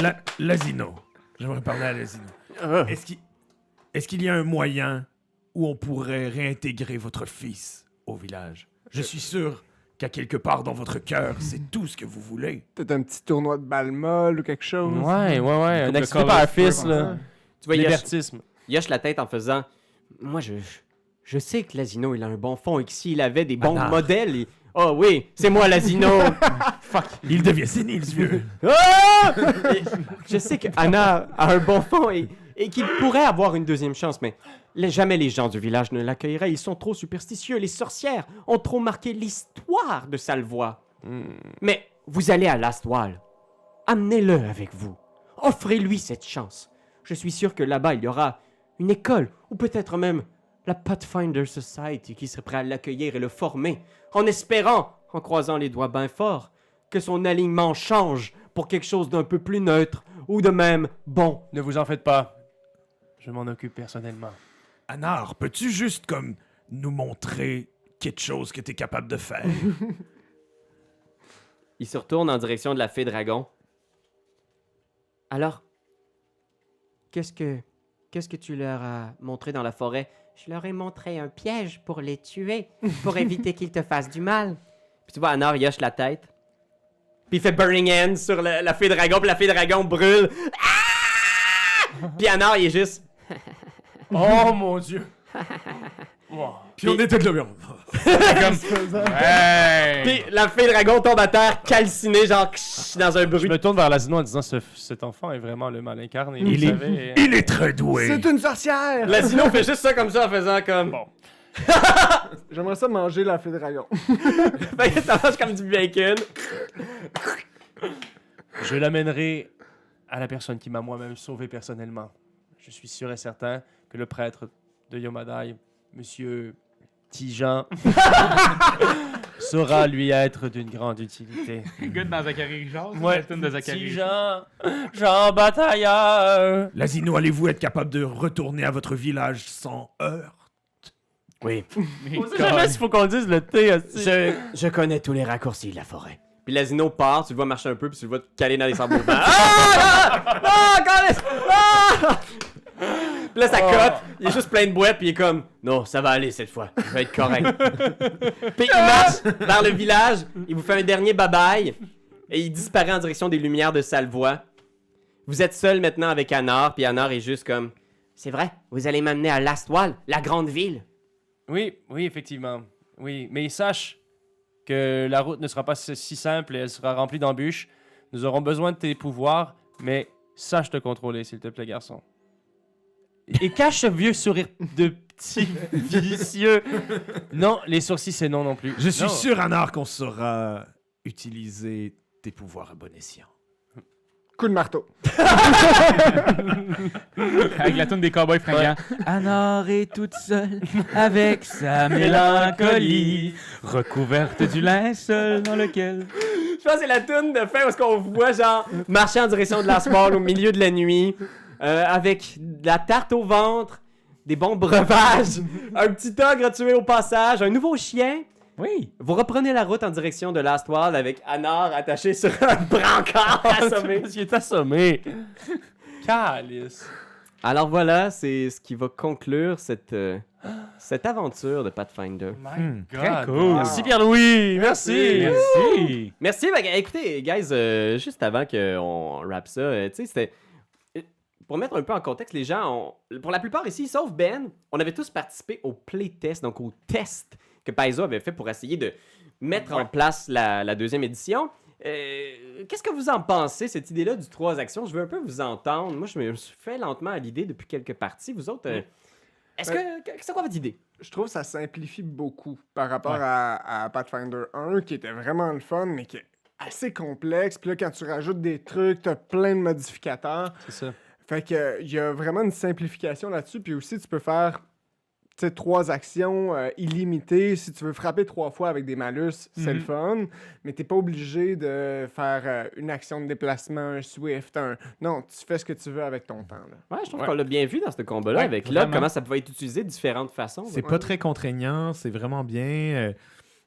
[SPEAKER 5] La- L'asino. J'aimerais parler à l'asino. Est-ce qu'il est-ce qu'il y a un moyen où on pourrait réintégrer votre fils au village? Je suis sûr qu'à quelque part dans votre cœur, c'est tout ce que vous voulez.
[SPEAKER 4] Peut-être un petit tournoi de balle molle ou quelque chose.
[SPEAKER 3] ouais, ouais, ouais. Un
[SPEAKER 2] Couple
[SPEAKER 3] accident
[SPEAKER 2] de
[SPEAKER 3] par
[SPEAKER 2] colosses,
[SPEAKER 3] fils,
[SPEAKER 2] peu,
[SPEAKER 3] là.
[SPEAKER 1] Tu vois, Yosh,
[SPEAKER 3] Libertisme.
[SPEAKER 1] Yosh la tête en faisant. Moi, je. Je sais que Lazino, il a un bon fond et que s'il avait des bons
[SPEAKER 5] Bâtard.
[SPEAKER 1] modèles. il- Oh oui, c'est moi Lazino!
[SPEAKER 5] Il devient sénile, ce vieux.
[SPEAKER 1] Ah! Et Je sais que Anna a un bon fond et, et qu'il pourrait avoir une deuxième chance, mais les- jamais les gens du village ne l'accueilleraient. Ils sont trop superstitieux. Les sorcières ont trop marqué l'histoire de Salvois.
[SPEAKER 3] Hmm.
[SPEAKER 1] Mais vous allez à l'Astwall. Amenez-le avec vous. Offrez-lui cette chance. Je suis sûr que là-bas, il y aura une école ou peut-être même la Pathfinder Society qui serait prête à l'accueillir et le former, en espérant, en croisant les doigts bien forts, que son alignement change pour quelque chose d'un peu plus neutre ou de même bon.
[SPEAKER 3] Ne vous en faites pas. Je m'en occupe personnellement.
[SPEAKER 5] Anar, peux-tu juste comme nous montrer quelque chose que t'es capable de faire?
[SPEAKER 1] Il se retourne en direction de la fée dragon. Alors, qu'est-ce que qu'est-ce que tu leur as montré dans la forêt
[SPEAKER 7] Je leur ai montré un piège pour les tuer, pour éviter qu'ils te fassent du mal.
[SPEAKER 1] Puis tu vois Anar il hoche la tête. Puis il fait burning hand sur le- la fée dragon, puis la fée dragon brûle. Ah! Puis Anar il est juste
[SPEAKER 3] Oh mon dieu!
[SPEAKER 5] Puis on était de
[SPEAKER 2] hey!
[SPEAKER 1] Puis la fée dragon tombe à terre calcinée genre ksh, dans un
[SPEAKER 3] Je
[SPEAKER 1] bruit.
[SPEAKER 3] me tourne vers l'asino en disant ce- cet enfant est vraiment le mal incarné.
[SPEAKER 5] Il
[SPEAKER 3] vous
[SPEAKER 5] est-
[SPEAKER 3] savez.
[SPEAKER 5] Il est très doué.
[SPEAKER 4] C'est une sorcière!
[SPEAKER 1] L'asino fait juste ça comme ça en faisant comme
[SPEAKER 3] Bon.
[SPEAKER 4] J'aimerais ça manger la fée dragon.
[SPEAKER 1] Fait que ça mange comme du bacon.
[SPEAKER 3] Je l'amènerai à la personne qui m'a moi-même sauvé personnellement. Je suis sûr et certain que le prêtre de Yomadai, monsieur Tijan, saura lui être d'une grande utilité.
[SPEAKER 2] Good dans Zachary Richard. c'est
[SPEAKER 3] Ouais,
[SPEAKER 2] la tune de Zachary
[SPEAKER 3] petit
[SPEAKER 2] Richard.
[SPEAKER 3] Jean, Jean Batailleur.
[SPEAKER 5] Lazino, allez-vous être capable de retourner à votre village sans heurts?
[SPEAKER 7] Oui.
[SPEAKER 2] Mais
[SPEAKER 3] On sait jamais s'il faut qu'on dise le thé aussi.
[SPEAKER 7] Je, je connais tous les raccourcis de la forêt.
[SPEAKER 1] Puis l'asino part, tu le vois marcher un peu, puis tu le vois te caler dans les sables mouvants. Ah! Ah! Ah! câlisse! Ah! Puis là, ça
[SPEAKER 7] Oh.
[SPEAKER 1] cote, il est juste plein de boîtes, puis il est comme
[SPEAKER 7] Non, ça va aller cette fois.
[SPEAKER 1] Je vais être correct. puis il marche vers le village, il vous fait un dernier bye-bye, et il disparaît en direction des lumières de Salvoie. Vous êtes seul maintenant avec Anar, puis Anar est juste comme
[SPEAKER 7] C'est vrai, vous allez m'amener à l'Astoile, la grande ville.
[SPEAKER 3] Oui, oui, effectivement. Oui, mais sache que la route ne sera pas si si simple et elle sera remplie d'embûches. Nous aurons besoin de tes pouvoirs, mais sache te contrôler, s'il te plaît, garçon. Et cache ce vieux sourire de petit vicieux. Non, les sourcils, c'est non non plus.
[SPEAKER 5] Je suis
[SPEAKER 3] Non.
[SPEAKER 5] sûr, Anar, qu'on saura utiliser tes pouvoirs à bon escient.
[SPEAKER 4] Coup de marteau.
[SPEAKER 2] Avec la tune des cowboys fringants. Anor est toute seule avec sa mélancolie, recouverte du linceul dans lequel.
[SPEAKER 1] Je pense que c'est la tune de fin où est-ce qu'on voit genre marcher en direction de la sport au milieu de la nuit euh, avec de la tarte au ventre, des bons breuvages, un petit ogre tué au passage, un nouveau chien.
[SPEAKER 2] Oui.
[SPEAKER 1] Vous reprenez la route en direction de Last World avec Anar attaché sur un brancard assommé.
[SPEAKER 3] Parce qu'il est assommé. Calice.
[SPEAKER 1] Alors voilà, c'est ce qui va conclure cette, euh, cette aventure de Pathfinder.
[SPEAKER 2] Très Ah, cool.
[SPEAKER 3] Merci Pierre-Louis. Merci.
[SPEAKER 2] Merci.
[SPEAKER 1] Merci. ben, écoutez, guys, euh, juste avant qu'on rappe ça, euh, tu sais, c'était. euh, Pour mettre un peu en contexte, les gens, ont- pour la plupart ici, sauf Ben, on avait tous participé au playtest, donc au test que Paizo avait fait pour essayer de mettre en place la, la deuxième édition. Euh, Qu'est-ce que vous en pensez, cette idée-là du trois actions? Je veux un peu vous entendre. Moi, je me suis fait lentement à l'idée depuis quelques parties. Vous autres, euh, est-ce que. que- C'est quoi votre idée?
[SPEAKER 4] Je trouve que ça simplifie beaucoup par rapport à, à Pathfinder 1, qui était vraiment le fun, mais qui est assez complexe. Puis là, quand tu rajoutes des trucs, t'as plein de modificateurs.
[SPEAKER 3] C'est ça.
[SPEAKER 4] Fait que euh, il y a vraiment une simplification là-dessus. Puis aussi, tu peux faire tu sais, trois actions euh, illimitées. Si tu veux frapper trois fois avec des malus, c'est
[SPEAKER 2] Mhm.
[SPEAKER 4] le fun. Mais t'es pas obligé de faire euh, une action de déplacement, un swift, un. Non, tu fais ce que tu veux avec ton temps. là.
[SPEAKER 1] Ouais, je trouve
[SPEAKER 3] Ouais.
[SPEAKER 1] qu'on l'a bien vu dans ce combat-là
[SPEAKER 2] Ouais,
[SPEAKER 1] avec Lob,
[SPEAKER 2] vraiment.
[SPEAKER 1] comment ça pouvait être utilisé de différentes façons.
[SPEAKER 6] C'est pas très contraignant, c'est vraiment bien. euh,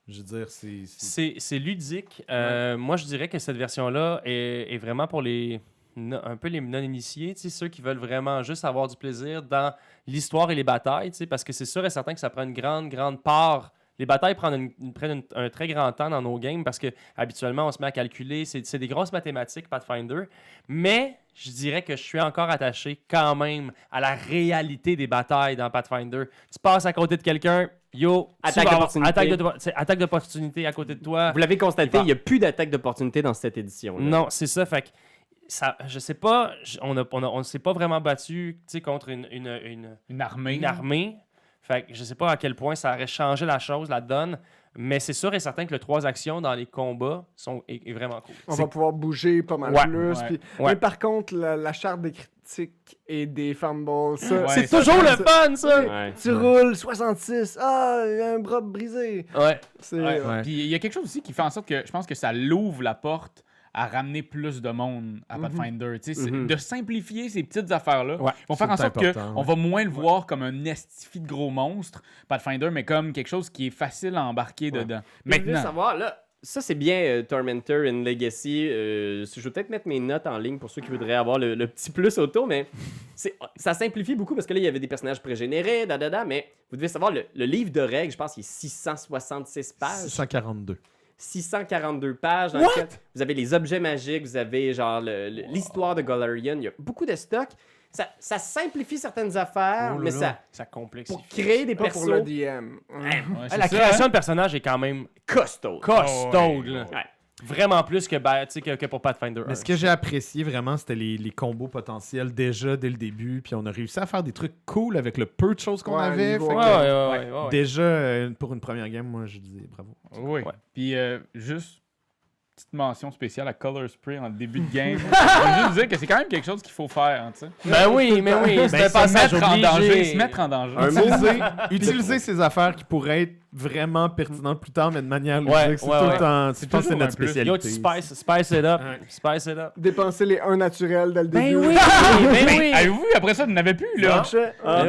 [SPEAKER 6] je veux dire, c'est. c'est-
[SPEAKER 3] C'est c'est ludique. Euh, Moi, je dirais que cette version-là est, est vraiment pour les no- un peu les non-initiés, tu sais, ceux qui veulent vraiment juste avoir du plaisir dans l'histoire et les batailles, tu sais, parce que c'est sûr et certain que ça prend une grande, grande part. Les batailles prennent, une- une- prennent une- un très grand temps dans nos games parce que habituellement on se met à calculer, c'est c'est des grosses mathématiques, Pathfinder, mais je dirais que je suis encore attaché quand même à la réalité des batailles dans Pathfinder. Tu passes à côté de quelqu'un, yo, tu
[SPEAKER 1] Attaque
[SPEAKER 3] vas-
[SPEAKER 1] d'opportunité.
[SPEAKER 3] attaque de- tu sais, attaque d'opportunité à côté de toi.
[SPEAKER 1] Vous l'avez constaté,
[SPEAKER 4] Bah.
[SPEAKER 3] Il va-
[SPEAKER 1] il n'y a plus d'attaque d'opportunité dans cette édition.
[SPEAKER 3] Non, c'est ça. Fait que ça, je sais pas, j- on ne on a- on s'est pas vraiment battu tu sais, contre une, une, une,
[SPEAKER 2] Une armée.
[SPEAKER 3] une armée. Fait que je sais pas à quel point ça aurait changé la chose, la donne. Mais c'est sûr et certain que les trois actions dans les combats sont est, est vraiment cool.
[SPEAKER 4] On va pouvoir bouger pas mal
[SPEAKER 3] Ouais,
[SPEAKER 4] plus.
[SPEAKER 2] ouais,
[SPEAKER 4] puis-
[SPEAKER 3] ouais.
[SPEAKER 4] Mais par contre, la, la charte des critiques et des fumbles, ça,
[SPEAKER 2] Ouais,
[SPEAKER 4] c'est-
[SPEAKER 2] ça,
[SPEAKER 3] Toujours le
[SPEAKER 4] ça-
[SPEAKER 3] fun, ça!
[SPEAKER 4] Tu roules 66. Ah, il y a un bras brisé.
[SPEAKER 3] Ouais.
[SPEAKER 4] C'est euh,
[SPEAKER 2] Ouais.
[SPEAKER 6] Ouais.
[SPEAKER 2] Puis il y a quelque chose aussi qui fait en sorte que je pense que ça l'ouvre la porte à ramener plus de monde à Pathfinder. Tu sais, c'est-
[SPEAKER 1] Mhm.
[SPEAKER 2] De simplifier ces petites affaires-là.
[SPEAKER 3] Ouais,
[SPEAKER 2] Ils vont faire en
[SPEAKER 6] c'est
[SPEAKER 2] sorte qu'on
[SPEAKER 6] important,
[SPEAKER 2] va moins le voir comme un estifi de gros monstre, Pathfinder, mais comme quelque chose qui est facile à embarquer dedans.
[SPEAKER 1] Je voulais
[SPEAKER 2] Maintenant.
[SPEAKER 1] savoir, là, ça c'est bien euh, Tormentor and Legacy. euh, je vais peut-être mettre mes notes en ligne pour ceux qui voudraient avoir le, le petit plus autour, mais c'est- ça simplifie beaucoup parce que là, il y avait des personnages prégénérés, da, da, da, mais vous devez savoir, le, le livre de règles, je pense qu'il est 666 pages.
[SPEAKER 6] 642.
[SPEAKER 1] 642 pages. Dans lequel vous avez les objets magiques, vous avez genre le- le- l'histoire de Golarion. Il y a beaucoup de stock. Ça, ça simplifie certaines
[SPEAKER 4] Oh
[SPEAKER 1] affaires, mais ça,
[SPEAKER 3] Ça complexifie.
[SPEAKER 1] pour créer des
[SPEAKER 4] pas pour le
[SPEAKER 1] persos
[SPEAKER 4] DM.
[SPEAKER 2] Ouais,
[SPEAKER 3] Ah,
[SPEAKER 2] c'est
[SPEAKER 3] la
[SPEAKER 2] ça,
[SPEAKER 3] création
[SPEAKER 2] hein.
[SPEAKER 3] de personnage est quand même
[SPEAKER 1] costauds.
[SPEAKER 3] costaud.
[SPEAKER 2] Oh, ouais.
[SPEAKER 3] là.
[SPEAKER 1] Ouais.
[SPEAKER 3] Vraiment plus que, ba- tu sais, que, que pour Pathfinder.
[SPEAKER 6] Mais ce que j'ai apprécié vraiment, c'était les, les combos potentiels déjà dès le début. Puis on a réussi à faire des trucs cool avec le peu de choses qu'on
[SPEAKER 4] Ouais,
[SPEAKER 6] avait.
[SPEAKER 4] niveau-
[SPEAKER 6] fait
[SPEAKER 3] Ouais,
[SPEAKER 6] que
[SPEAKER 3] ouais, ouais, ouais, ouais.
[SPEAKER 6] Déjà, euh, pour une première game, moi, je disais bravo.
[SPEAKER 2] Oui.
[SPEAKER 3] Ouais.
[SPEAKER 2] Puis euh, juste, petite mention spéciale à Color Spray en début de game. Je veux juste dire que c'est quand même quelque chose qu'il faut faire, hein, tu sais.
[SPEAKER 3] Ben oui, mais oui, c'est un
[SPEAKER 2] Se
[SPEAKER 3] passage
[SPEAKER 2] mettre en danger,
[SPEAKER 3] obligé.
[SPEAKER 2] se mettre en danger. Ben
[SPEAKER 1] Un mot.
[SPEAKER 6] Utiliser, utiliser ces affaires qui pourraient être vraiment pertinentes plus tard, mais de manière ludique.
[SPEAKER 3] Ouais,
[SPEAKER 6] c'est
[SPEAKER 3] ouais,
[SPEAKER 6] tout
[SPEAKER 3] ouais.
[SPEAKER 6] le temps. C'est, je pense que c'est
[SPEAKER 2] toujours
[SPEAKER 6] notre
[SPEAKER 2] un plus.
[SPEAKER 6] spécialité.
[SPEAKER 3] Yo, tu spice, spice it up. Spice it up.
[SPEAKER 4] Dépenser les 1 naturels dès le début.
[SPEAKER 3] Ben
[SPEAKER 2] Mais
[SPEAKER 3] oui!
[SPEAKER 2] avez-vous vu, après ça, vous n'avez plus, là?
[SPEAKER 1] Ah,
[SPEAKER 3] C'est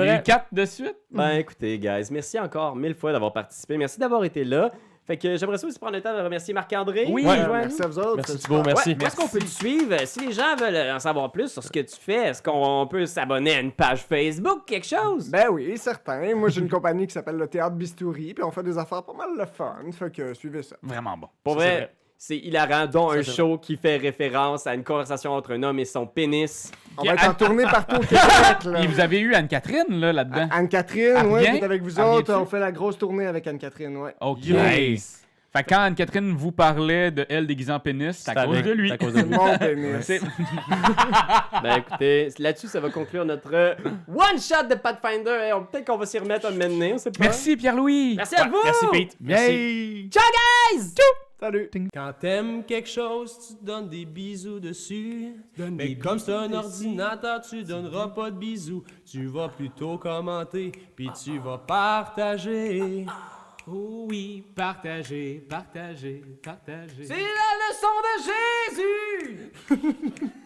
[SPEAKER 2] Les
[SPEAKER 3] vrai.
[SPEAKER 2] quatre de suite?
[SPEAKER 1] Ben écoutez, guys, merci encore mille fois d'avoir participé. Merci d'avoir été là. Fait que j'aimerais ça aussi prendre le temps de remercier Marc-André.
[SPEAKER 3] Oui.
[SPEAKER 1] Joanne.
[SPEAKER 3] Ouais.
[SPEAKER 4] Merci à vous autres.
[SPEAKER 3] Merci
[SPEAKER 4] c'est
[SPEAKER 3] Thibault,
[SPEAKER 1] Ouais,
[SPEAKER 3] merci.
[SPEAKER 1] où est-ce qu'on peut te suivre? Si les gens veulent en savoir plus sur ce que tu fais, est-ce qu'on peut s'abonner à une page Facebook, quelque chose?
[SPEAKER 4] Ben oui, certain. Moi, j'ai une compagnie qui s'appelle le Théâtre Bistouri, puis on fait des affaires pas mal le fun. Fait que suivez ça.
[SPEAKER 2] Vraiment bon.
[SPEAKER 1] Pour
[SPEAKER 3] Ça, c'est
[SPEAKER 1] vrai,
[SPEAKER 3] vrai.
[SPEAKER 1] c'est hilarant, dont un
[SPEAKER 3] c'est
[SPEAKER 1] show qui fait référence à une conversation entre un homme et son pénis.
[SPEAKER 4] On
[SPEAKER 2] Yeah,
[SPEAKER 4] va être en
[SPEAKER 2] Anne-
[SPEAKER 4] tournée partout au Québec. là.
[SPEAKER 2] Et vous avez eu Anne-Catherine, là, là-dedans?
[SPEAKER 4] Anne-Catherine,
[SPEAKER 2] Ah,
[SPEAKER 4] ouais,
[SPEAKER 2] bien?
[SPEAKER 4] qui est avec vous
[SPEAKER 2] Ah, bien
[SPEAKER 4] autres.
[SPEAKER 2] sûr.
[SPEAKER 4] On fait la grosse tournée avec Anne-Catherine, ouais.
[SPEAKER 2] OK.
[SPEAKER 6] Yes.
[SPEAKER 2] Fait que quand Anne-Catherine vous parlait de elle déguisée en pénis, c'est à cause
[SPEAKER 3] avec-
[SPEAKER 2] de lui.
[SPEAKER 3] c'est à cause de
[SPEAKER 4] C'est
[SPEAKER 3] lui.
[SPEAKER 4] mon pénis.
[SPEAKER 2] C'est-
[SPEAKER 1] Ben écoutez, là-dessus, ça va conclure notre one-shot de Pathfinder. Et on- Peut-être qu'on va s'y remettre un moment donné, on sait pas.
[SPEAKER 2] Merci, Pierre-Louis!
[SPEAKER 1] Merci à vous!
[SPEAKER 3] Merci, Pete. Merci.
[SPEAKER 4] Salut!
[SPEAKER 8] Quand t'aimes quelque chose, tu te donnes des bisous dessus. Mais comme c'est un ordinateur, tu donneras pas de bisous. Tu vas plutôt commenter, puis tu vas partager. Oh oui, partager, partager, partager.
[SPEAKER 7] C'est la leçon de Jésus!